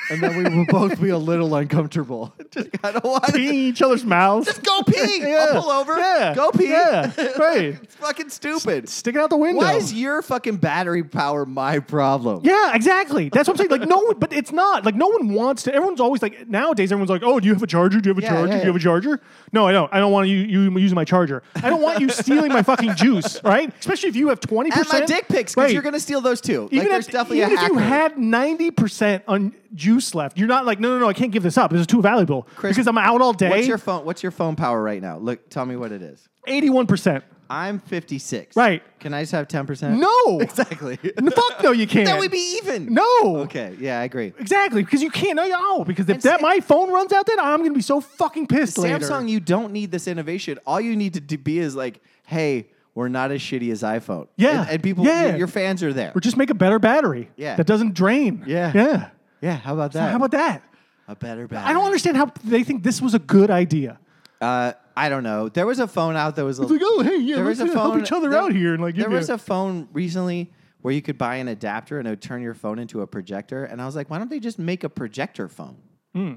and then we would both be a little uncomfortable. (laughs) Just, I don't want
peeing
to.
each other's mouths.
Just go pee.
Yeah.
I'll pull over.
Yeah.
Go pee.
Yeah. Right.
(laughs) it's fucking stupid.
Sticking out the window.
Why is your fucking battery power my problem?
Yeah, exactly. That's what I'm saying. Like no one, but it's not. Like no one wants to. Everyone's always like nowadays. Everyone's like, oh, do you have a charger? Do you have a
Yeah,
charger?
yeah,
do you have a
yeah.
charger? No, I don't. I don't want you you using my charger. I don't
(laughs)
want you stealing my fucking juice. Right? Especially if you have twenty
And
percent.
my dick pics, because you're gonna steal those too.
Even
like, there's
if,
definitely
even
a
if
hacker.
you had ninety percent on juice left, you're not like, no, no, no, I can't give this up. This is too valuable
Chris,
because I'm out all
what's
day.
your phone? What's your phone power right now? Look, tell me what it is.
Eighty-one percent.
I'm 56.
Right.
Can I just have 10 percent?
No,
(laughs) Exactly.
fuck no, you can't.
That would be even.
no.
Okay. Yeah, I agree.
Exactly, because you can't. No, no, because if
And
that
Sam-
my phone runs out, then I'm gonna be so fucking pissed later.
Samsung, you don't need this innovation. All you need to do- be is like, hey, we're not as shitty as iPhone.
Yeah.
And, and people,
Yeah.
your, your fans are there.
Or just make a better battery.
Yeah.
That doesn't drain.
Yeah.
Yeah.
Yeah. How about that?
How about that?
a better battery?
I don't understand how they think this was a good idea.
Uh, I don't know. There was a phone out that was a,
It's like, oh, hey, yeah,
there
let's
was a
uh,
phone.
help each other
there-
out here and like
there
you
was a phone recently where you could buy an adapter and it would turn your phone into a projector. And I was like, why don't they just make a projector phone?
Hmm.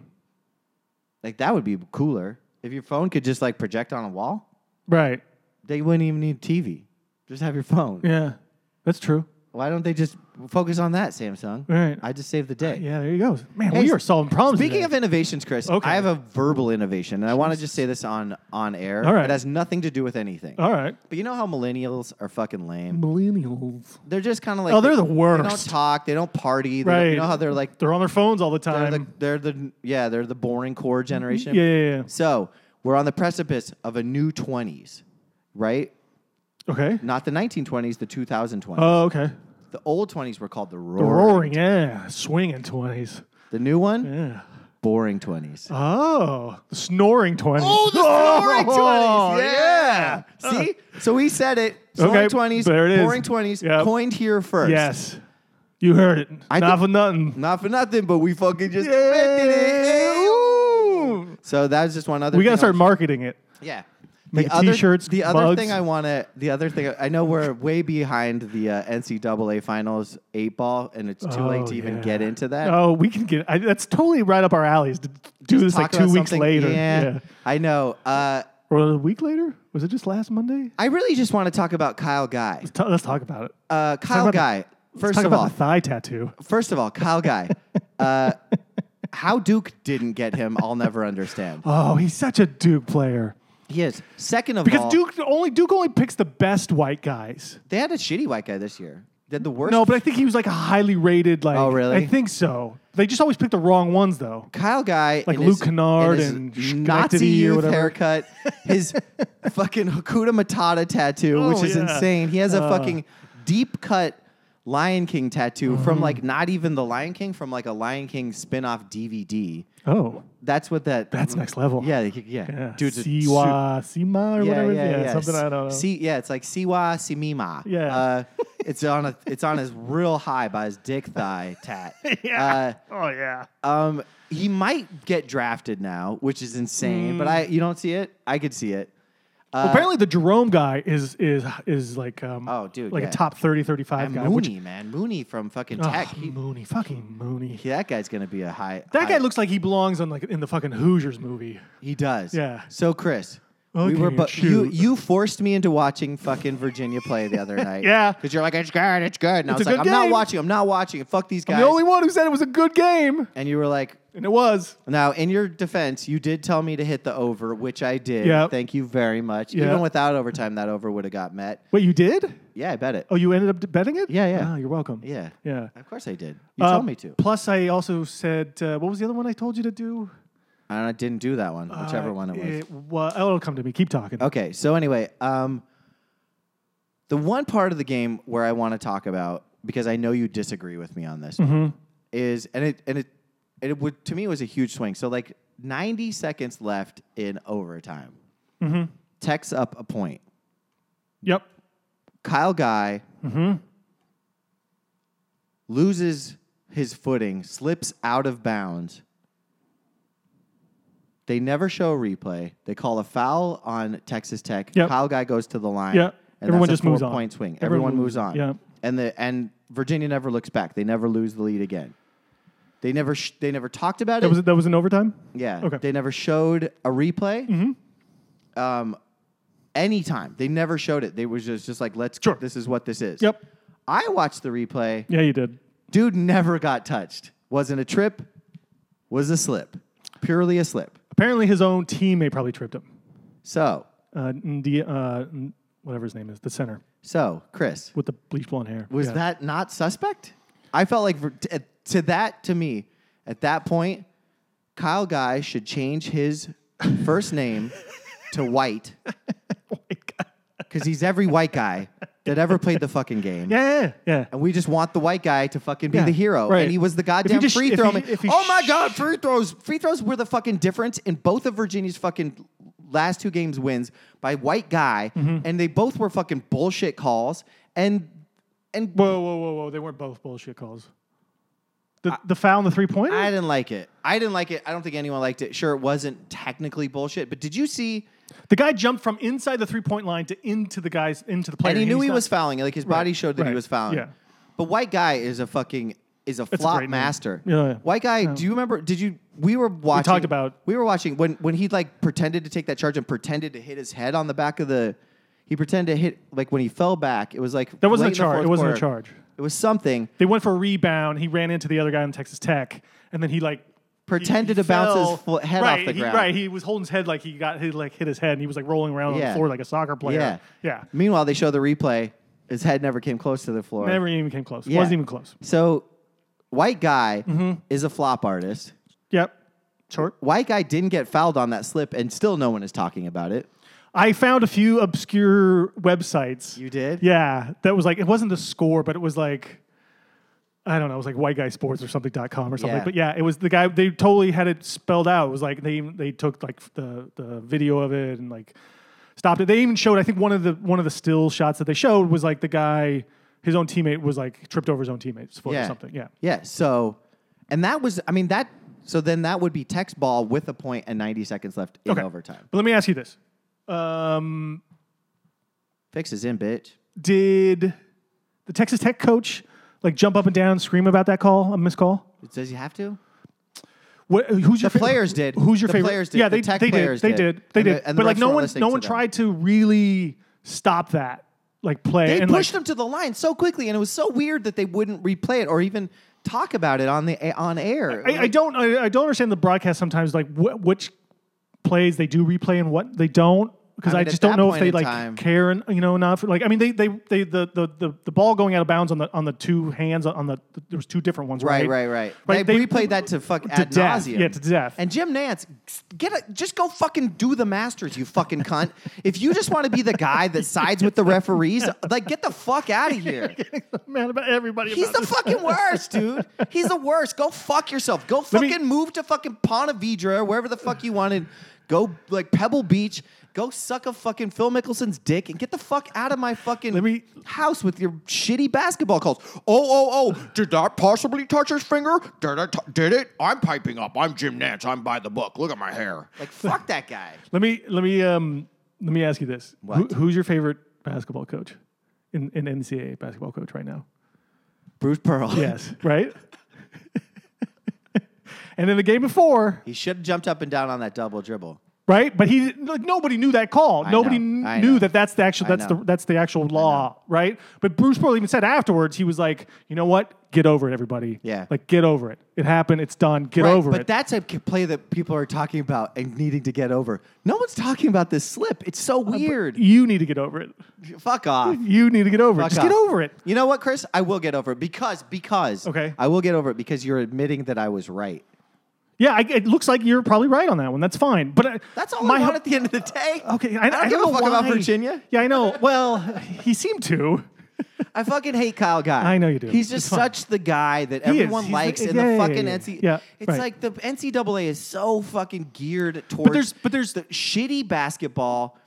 Like that would be cooler if your phone could just like project on a wall.
right.
They wouldn't even need TV. Just have your phone.
Yeah. That's true.
Why don't they just focus on that, Samsung?
Right.
I just saved the day.
Yeah. There you go. Man,
Hey,
we are solving problems.
Speaking
today.
of innovations, Chris,
Okay.
I have a verbal innovation, and I want to just say this on on air.
All right.
It has nothing to do with anything.
all right,
But you know how millennials are fucking lame.
millennials.
They're just kind of like
Oh, they're the
They don't
worst.
talk. They don't party. They don't,
Right.
you know how they're like
They're on their phones all the
they're the,
time.
they're the yeah they're the boring core generation.
yeah, yeah, yeah.
So we're on the precipice of a new twenties, right?
Okay.
Not the 1920s, the 2020s.
Oh, okay.
the old 20s were called the
The
roaring.
roaring, yeah, swinging twenties.
The new one,
Yeah.
boring 20s.
Oh, the snoring twenties.
Oh, (laughs)
Oh,
Yeah.
(laughs)
See? So we said it. Snoring
Okay,
20s,
there it is.
boring 20s,
Yep.
coined here first.
Yes. You heard it.
I
Not
think-
for nothing.
Not for nothing, but we fucking just invented
Yeah.
it.
Ooh.
So that was just one other
We
thing
gotta
I
start
was-
marketing it.
Yeah.
Make t-shirts,
The other
mugs.
thing I want to, the other thing I know we're way behind the uh, NCAA finals eight ball, and it's too late
Oh,
to even
yeah.
get into that.
Oh, we can get I, that's totally right up our alleys to do this like
Talk about
two weeks
something-
later.
Yeah, I know. Uh,
Or a week later? Was it just last Monday?
I really just want to talk about Kyle Guy.
T- let's talk about it.
Uh, Kyle
about the-
Guy.
Let's
First
talk
of
about
all,
the (laughs) thigh tattoo.
first of all, Kyle Guy. Uh, how Duke didn't get him, I'll never understand.
Oh, he's such a Duke player.
He is. Second of
Because
all,
Duke only Duke only picks the best white guys.
they had a shitty white guy this year. They had the worst.
No, but I think he was like a highly rated like
Oh, really?
I think so. They just always pick the wrong ones though.
Kyle Guy,
Like
in
Luke
his-
Kennard
in his
and
Nazi
Schenectady or
youth
whatever.
haircut,
(laughs)
his fucking Hakuta Matata tattoo,
Oh,
which is
yeah.
insane. He has a
Uh.
fucking deep cut Lion King tattoo
Mm-hmm.
from like not even the Lion King, from like a Lion King spin off DVD.
Oh.
That's what that.
That's next level.
Yeah, yeah, yeah.
Yeah.
Dude's a super-
Siwa, Sima or whatever. Yeah, something I don't know.
See, yeah, it's like Siwa Simima.
Yeah.
uh, it's on a, it's on his real high by his
(laughs)
dick thigh tat.
yeah. oh yeah.
Uh, um,
Mm.
he might get drafted now, which is insane. But I, you don't see it. I could see it.
Apparently, the Jerome guy is is is like um,
Oh, dude,
like
yeah.
a top 30, 35
And
guy.
Mooney,
Which,
man, Mooney from fucking
Ugh,
Tech. He,
Mooney, fucking Mooney.
he- that guy's gonna be a high.
That guy
high-
looks like he belongs on like in the fucking Hoosiers movie.
He does.
Yeah.
So Chris, we
Okay,
were bo- you
shoot.
you forced me into watching fucking Virginia play the
(laughs)
other night.
Yeah.
Because you're like, it's good, it's good, and I
It's
was
a
like,
good
I'm not
game.
watching. I'm not watching. Fuck these guys.
The only one who said it was a good game,
and you were like,
and it was.
Now, in your defense, you did tell me to hit the over, which I did.
Yep.
Thank you very much.
Yeah.
Even without overtime, that over would have got met.
Wait, you did?
Yeah, I bet it.
Oh, you ended up betting it?
Yeah, yeah.
Ah, you're welcome.
Yeah.
yeah.
Of course I did. You
Uh,
told me to.
Plus, I also said, uh, what was the other one I told you to do?
And I didn't do that one, whichever
Uh,
one it was.
It wa- oh, it'll come to me. Keep talking.
Okay. So anyway, um, the one part of the game where I want to talk about because I know you disagree with me on this
Mm-hmm.
is, and it and it and it would to me it was a huge swing. So like 90 seconds left in overtime.
Mm-hmm.
Tech's up a point.
Yep.
Kyle Guy
Mm-hmm.
loses his footing, slips out of bounds. They never show a replay. They call a foul on Texas Tech.
Yep.
Kyle Guy goes to the line.
Yep.
And
Everyone
that's
just
a four
moves on.
point swing. Everyone,
Everyone moves-
moves on.
yeah.
And the and Virginia never looks back. They never lose the lead again. They never sh- they never talked about it.
That was that was in overtime.
Yeah.
Okay. Mm-hmm.
They never showed a replay. Um, anytime they never showed it, they was just just like, let's.
Sure.
This is what this is.
Yep.
I watched the replay.
Yeah, you did.
Dude never got touched. Wasn't a trip. Was a slip. Purely a slip.
Apparently, his own teammate probably tripped him.
So
Uh, Ndi- uh, N- whatever his name is, the center
so Chris,
with the bleach blonde hair.
was
Yeah. (laughs)
that not suspect? I felt like for, t- to that to me at that point, Kyle Guy should change his first name to White.
Wait, Oh God.
because he's every white guy that ever played the fucking game.
Yeah, yeah, yeah.
And we just want the white guy to fucking be
Yeah,
the hero.
right.
And he was the
If he
goddamn
just-
free
if
throw.
he-
man.
if he
oh my
sh-
god, free throws. Free throws were the fucking difference in both of Virginia's fucking last two games wins by white guy.
Mm-hmm.
And they both were fucking bullshit calls. And and
Whoa, whoa, whoa, whoa! They weren't both bullshit calls. The the foul and the three pointer.
I didn't like it. I didn't like it. I don't think anyone liked it. Sure, it wasn't technically bullshit, but did you see
The guy jumped from inside the three point line to into the guys into the player.
and he knew
he's
he
not-
was fouling. Like his body showed that he
right,
was fouling.
yeah.
But white guy is a fucking is a
a
flop
great name.
master.
Yeah, yeah.
White guy. Do you remember? Did you? We were watching.
talked about-
We were watching when when he like pretended to take that charge and pretended to hit his head on the back of the. He pretended to hit like when he fell back. It was like
That wasn't a
late in the
charge.
fourth
It wasn't a
quarter.
charge.
It was something.
They went for a rebound. He ran into the other guy in Texas Tech, and then he like
Pretended to bounce his fo- head off
right,
the
he-
ground.
right, he was holding his head like he got he like hit his head, and he was like rolling around on
Yeah.
the floor like a soccer player.
Yeah.
yeah.
Meanwhile, they show the replay. His head never came close to the floor.
Never even came close.
Yeah.
Wasn't even close.
So, white guy
Mm-hmm.
is a flop artist.
Yep. Short.
White guy didn't get fouled on that slip, and still no one is talking about it.
I found a few obscure websites.
You did?
Yeah, that was like it wasn't the score, but it was like I don't know, it was like white guy sports or something.com or something.
Yeah.
But yeah, it was the guy they totally had it spelled out. It was like they they took like the the video of it and like stopped it. They even showed I think one of the one of the still shots that they showed was like the guy his own teammate was like tripped over his own teammate's foot or something. Yeah.
Yeah. So, and that was, I mean, that, so then that would be text ball with a point and 90 seconds left in
Okay.
overtime.
But let me ask you this. Um
Fix is in, bitch.
did the Texas Tech coach like jump up and down, and scream about that call, a missed call?
Does he have to?
What, who's your
The
fa-
players did.
Who's your
The
favorite?
players did.
Yeah,
The
they,
Tech
they
players
did. They
did.
did. They
And the-
did.
and the
but like
refs
no
weren't
one,
listening
no
to
one
them.
tried to really stop that like play.
They
and
pushed
like,
him to the line so quickly, and it was so weird that they wouldn't replay it or even talk about it on the on air.
I, I don't. I, I don't understand the broadcast sometimes. Like wh- which plays they do replay and what they don't. Because I,
I mean, at
just don't
that
know if
point
they
in
like
time-
care and you know enough. Like I mean, they they, they the, the the the ball going out of bounds on the on the two hands on the there was two different ones.
Right,
Right,
right, right. They, replayed
(laughs)
that to fuck
to
ad
death.
nauseum.
Yeah, to death.
And Jim Nance, get a, just go fucking do the Masters, you fucking cunt. if you just want to be the guy that sides with the referees, like get the fuck out
(laughs)
of here.
Man, about everybody.
He's
about
the
this.
fucking
(laughs)
worst, dude. He's the worst. Go fuck yourself. Go
Let me-
fucking move to fucking Pontevedra or wherever the fuck you wanted. Go like Pebble Beach. Go suck a fucking Phil Mickelson's dick and get the fuck out of my fucking
Let me-
house with your shitty basketball calls. Oh, oh, oh. Did that possibly touch his finger? Did it? T- did it?
I'm
(laughs)
piping up. I'm Jim Nance. I'm by the book. Look at my hair.
Like, fuck that guy.
Let me let me um Let me ask you this: Who-
What?
who's your favorite basketball coach in, in NCAA basketball coach right now?
Bruce Pearl.
Yes, (laughs) right. and in the game before,
He should have jumped up and down on that double dribble.
right? But he like nobody knew that call. nobody
know, I
kn- knew
know.
that that's the actual
I
that's the
know.
that's the actual law, right? But Bruce Pearl even said afterwards he was like, you know what? Get over it, everybody.
Yeah.
like get over it. It happened. It's done. Get
Right,
over
but
it.
that's a k- play that people are talking about and needing to get over. No one's talking about this slip. It's
Uh,
so weird.
you need to get over it.
Fuck off.
You need to get over it.
Fuck
Just
off.
get over it.
You know what, Chris? I will get over it because because
Okay.
I will get over it because you're admitting that I was right.
Yeah, I, it looks like you're probably right on that one. That's fine. But I,
That's all
my
I
ho-
want at the end of the day.
Okay, I, I
don't
don't
give a
know
fuck about
why.
Virginia.
Yeah, I know. (laughs) Well, he seemed to.
I fucking hate Kyle Guy.
I know you do.
He's
It's
just
fine.
such the guy that
is.
everyone
He's
likes
the-
in
yeah,
the
yeah,
fucking
yeah, yeah.
NCAA.
Yeah,
it's
right.
like the NCAA is so fucking geared towards
there's- but there's-
the shitty basketball.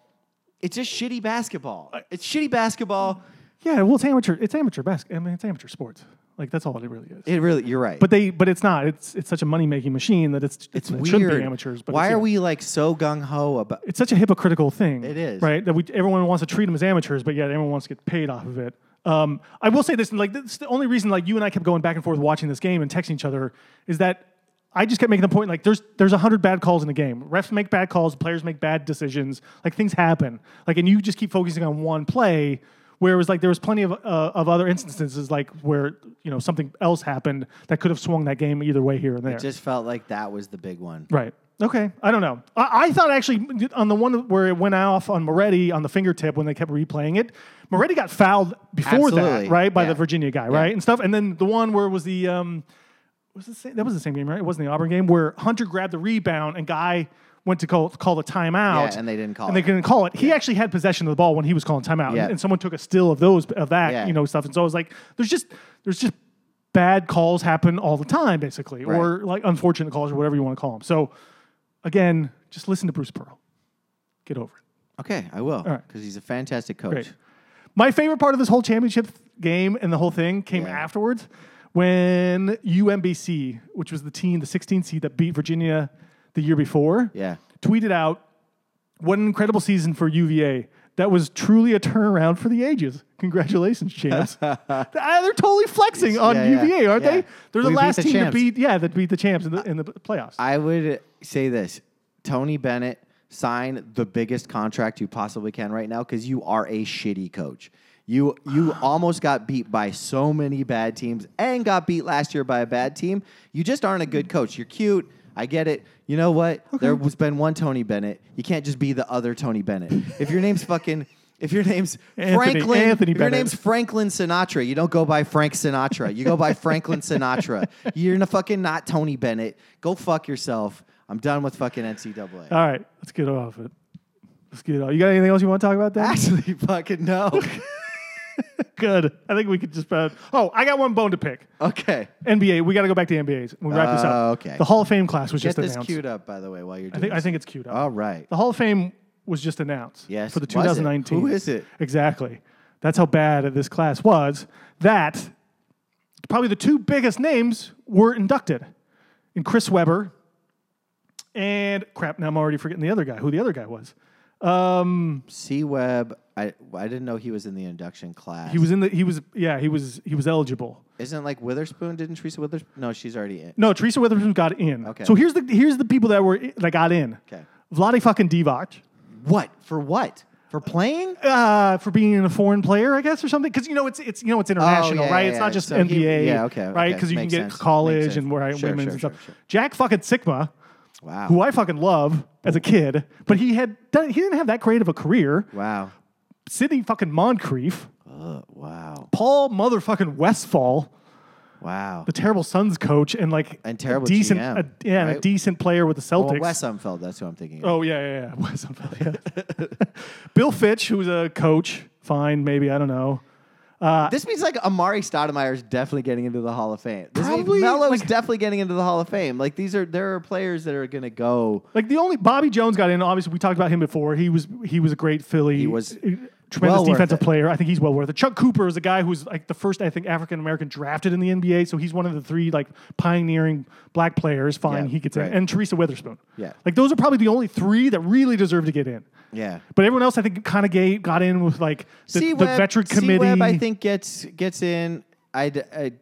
It's just shitty basketball. It's shitty basketball.
Yeah, well, it's amateur. It's amateur basketball. I mean, it's amateur sports. Like that's all it really is.
It really you're right.
But they, but it's not. It's it's such a money making machine that it's
it's
it
weird.
should be amateurs. But
Why
it's-
are we like so gung ho about
It's such a hypocritical thing.
It is.
right that we everyone wants to treat them as amateurs, but yet everyone wants to get paid off of it. Um, I will say this, and like that's the only reason like you and I kept going back and forth watching this game and texting each other is that I just kept making the point like there's there's a hundred bad calls in a game. Refs make bad calls, players make bad decisions, like things happen. Like and you just keep focusing on one play. Where it was like there was plenty of uh, of other instances like where you know something else happened that could have swung that game either way here and there.
just felt like that was the big one.
Right. Okay. I don't know. I, I thought actually on the one where it went off on Moretti on the fingertip when they kept replaying it, Moretti got fouled before
Absolutely.
that, right? By
Yeah.
the Virginia guy, right? And stuff. And then the one where it was the um was the same, that was the same game, right? It wasn't the Auburn game where Hunter grabbed the rebound and guy went to call call the timeout.
Yeah, and they didn't call
And they
it.
couldn't call it. He actually had possession of the ball when he was calling timeout. and-
Yeah.
And, someone took a still of those of that,
Yeah.
you know, stuff. And so I was like, there's just there's just bad calls happen all the time, basically. Or like unfortunate calls or whatever you want to call them. So again, just listen to Bruce Pearl. Get over it.
Okay, I will. Because
right.
he's a fantastic coach.
Great. My favorite part of this whole championship game and the whole thing came
Yeah.
afterwards when UMBC, which was the team, the 16 seed that beat Virginia the year before,
Yeah.
tweeted out, What an incredible season for UVA. That was truly a turnaround for the ages. Congratulations,
(laughs)
champs. Ah, They're totally flexing on
Yeah, yeah,
UVA, aren't
yeah.
they? They're the
We beat
last
the
team
champs.
to beat, yeah, that beat the champs in the, in the playoffs.
I would say this Tony Bennett, sign the biggest contract you possibly can right now because you are a shitty coach. You
(sighs)
you almost got beat by so many bad teams and got beat last year by a bad team. You just aren't a good coach. You're cute. I get it. You know what? There was been one Tony Bennett. You can't just be the other Tony Bennett. If your name's fucking if your name's
Anthony-
Franklin,
Anthony
if your
Bennett.
name's Franklin Sinatra. You don't go by Frank Sinatra. You go by Franklin Sinatra. You're n- fucking not Tony Bennett. Go fuck yourself. I'm done with fucking NCAA.
All right, let's get off it. Let's get off. You got anything else you want to talk about
(laughs)
that?
Actually, fucking
(laughs)
no.
Good. I think we could just. Uh, oh, I got one bone to pick.
okay.
NBA. We got to go back to NBAs. We wrap this
Uh,
up.
okay.
The Hall of Fame class was
Get
just
this
announced.
queued up, by the way, while you're
I
doing
think I
this.
think it's cute.
All right.
The Hall of Fame was just announced.
Yes,
For the
was it?
2019.
Who is it?
Exactly. That's how bad this class was. That probably the two biggest names were inducted, and Chris Webber, and crap. Now I'm already forgetting the other guy. Who the other guy was?
C Web. I I didn't know he was in the induction class.
He was in the. He was. Yeah. He was. He was eligible.
Isn't like Witherspoon? Didn't Teresa Witherspoon? No, she's already in.
No, Teresa Witherspoon got in.
Okay.
So here's the here's the people that were i- that got in.
Okay.
Vlade fucking Divac.
What for? What for playing?
Uh, for being a foreign player, I guess, or something, because you know it's it's you know it's international,
Oh, yeah,
right?
yeah,
it's
yeah.
not just
So he-
NBA,
yeah, okay,
right?
okay.
Because you can
Makes
get
sense. Makes
college
sense.
and where
Sure,
women's
sure,
and
sure,
stuff.
sure. Oh.
Jack fucking Sigma,
Wow.
who I fucking love as a kid, but he had done, he didn't have that creative a career.
Wow.
Sidney fucking Moncrief,
Ugh, wow.
Paul motherfucking Westfall,
Wow.
the terrible Suns coach, and like
And terrible
a decent,
GM,
a, yeah, and a
right?
decent player with the Celtics.
Well, Wes Umfeld. That's who I'm thinking. Of.
Oh yeah, yeah, (laughs) yeah. Wes Unfeld, yeah. Bill Fitch, who was a coach, fine, maybe I don't know.
This means like Amari Stoudemire is definitely getting into the Hall of Fame. This
Probably,
means Melo is definitely getting into the Hall of Fame. Like these are there are players that are gonna go.
Like the only Bobby Jones got in. Obviously, we talked about him before. He was he was a great Philly. He
was-
tremendous
Well worth
defensive
it.
player. I think he's well worth it. Chuck Cooper is a guy who's like the first I think African American drafted in the NBA, so he's one of the three like pioneering black players. Fine,
Yeah,
he gets
right.
in, and Teresa Witherspoon.
Yeah.
like those are probably the only three that really deserve to get in.
Yeah.
But everyone else, I think, kind of gay got in with like the, the
C-Web-
veteran committee.
C-Web, I think gets gets in. I, I,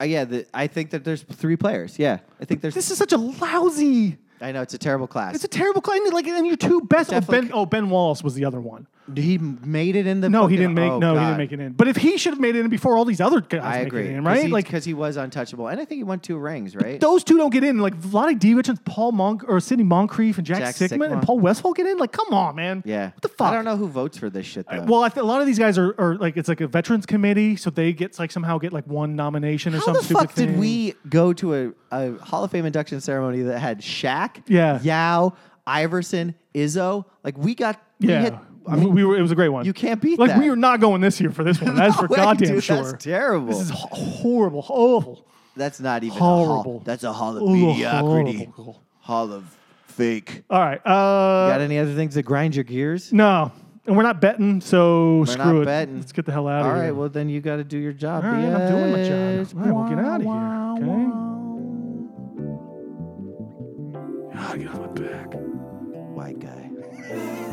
I yeah. The, I think that there's three players. Yeah, I think there's.
this is such a lousy.
I know it's a terrible class.
It's a terrible class. And, Like, and your two best. Oh
Definitely-
ben, oh, Ben Wallace was the other one.
he made it in the.
No, he didn't
fucking-
make.
oh,
no, he
God.
didn't make it in. But if he should have made it in before all these other guys,
I
make
agree.
It in,
Cause
right?
he,
like
because he was untouchable, and I think he won two rings, right?
those two don't get in. Like Vlade Divac and Paul Monk or Sidney Moncrief and Jack,
Jack
Sigmund and
Sigmund.
Paul Westphal get in. Like, come on, man.
yeah.
What the fuck?
I don't know who votes for this shit though.
Well, I th- a lot of these guys are, are like it's like a veterans committee, so they get like somehow get like one nomination or
How
some
the
stupid
fuck did
thing.
we go to a, a Hall of Fame induction ceremony that had Shaq,
Yeah.
Yao, Iverson, Izzo? Like we got, we
Yeah,
hit-
I mean, we were. It was a great one.
you can't beat
like
that.
we are not going this year for this
(laughs)
one. That's for
Wait,
goddamn
dude,
sure.
That's terrible.
This is ho- horrible, awful,
that's not even A hall,
horrible.
that's a hall of
Ooh,
mediocrity.
horrible.
Hall of fake.
All right. Uh,
got any other things to grind your gears?
No, and we're not betting, so screw
not
it.
betting.
Let's get the hell out
All
of
right,
here.
well then you got to do your job.
All right, I'm doing my
bitch.
job. All right, we'll get out of here. Okay. Ah,
White guy.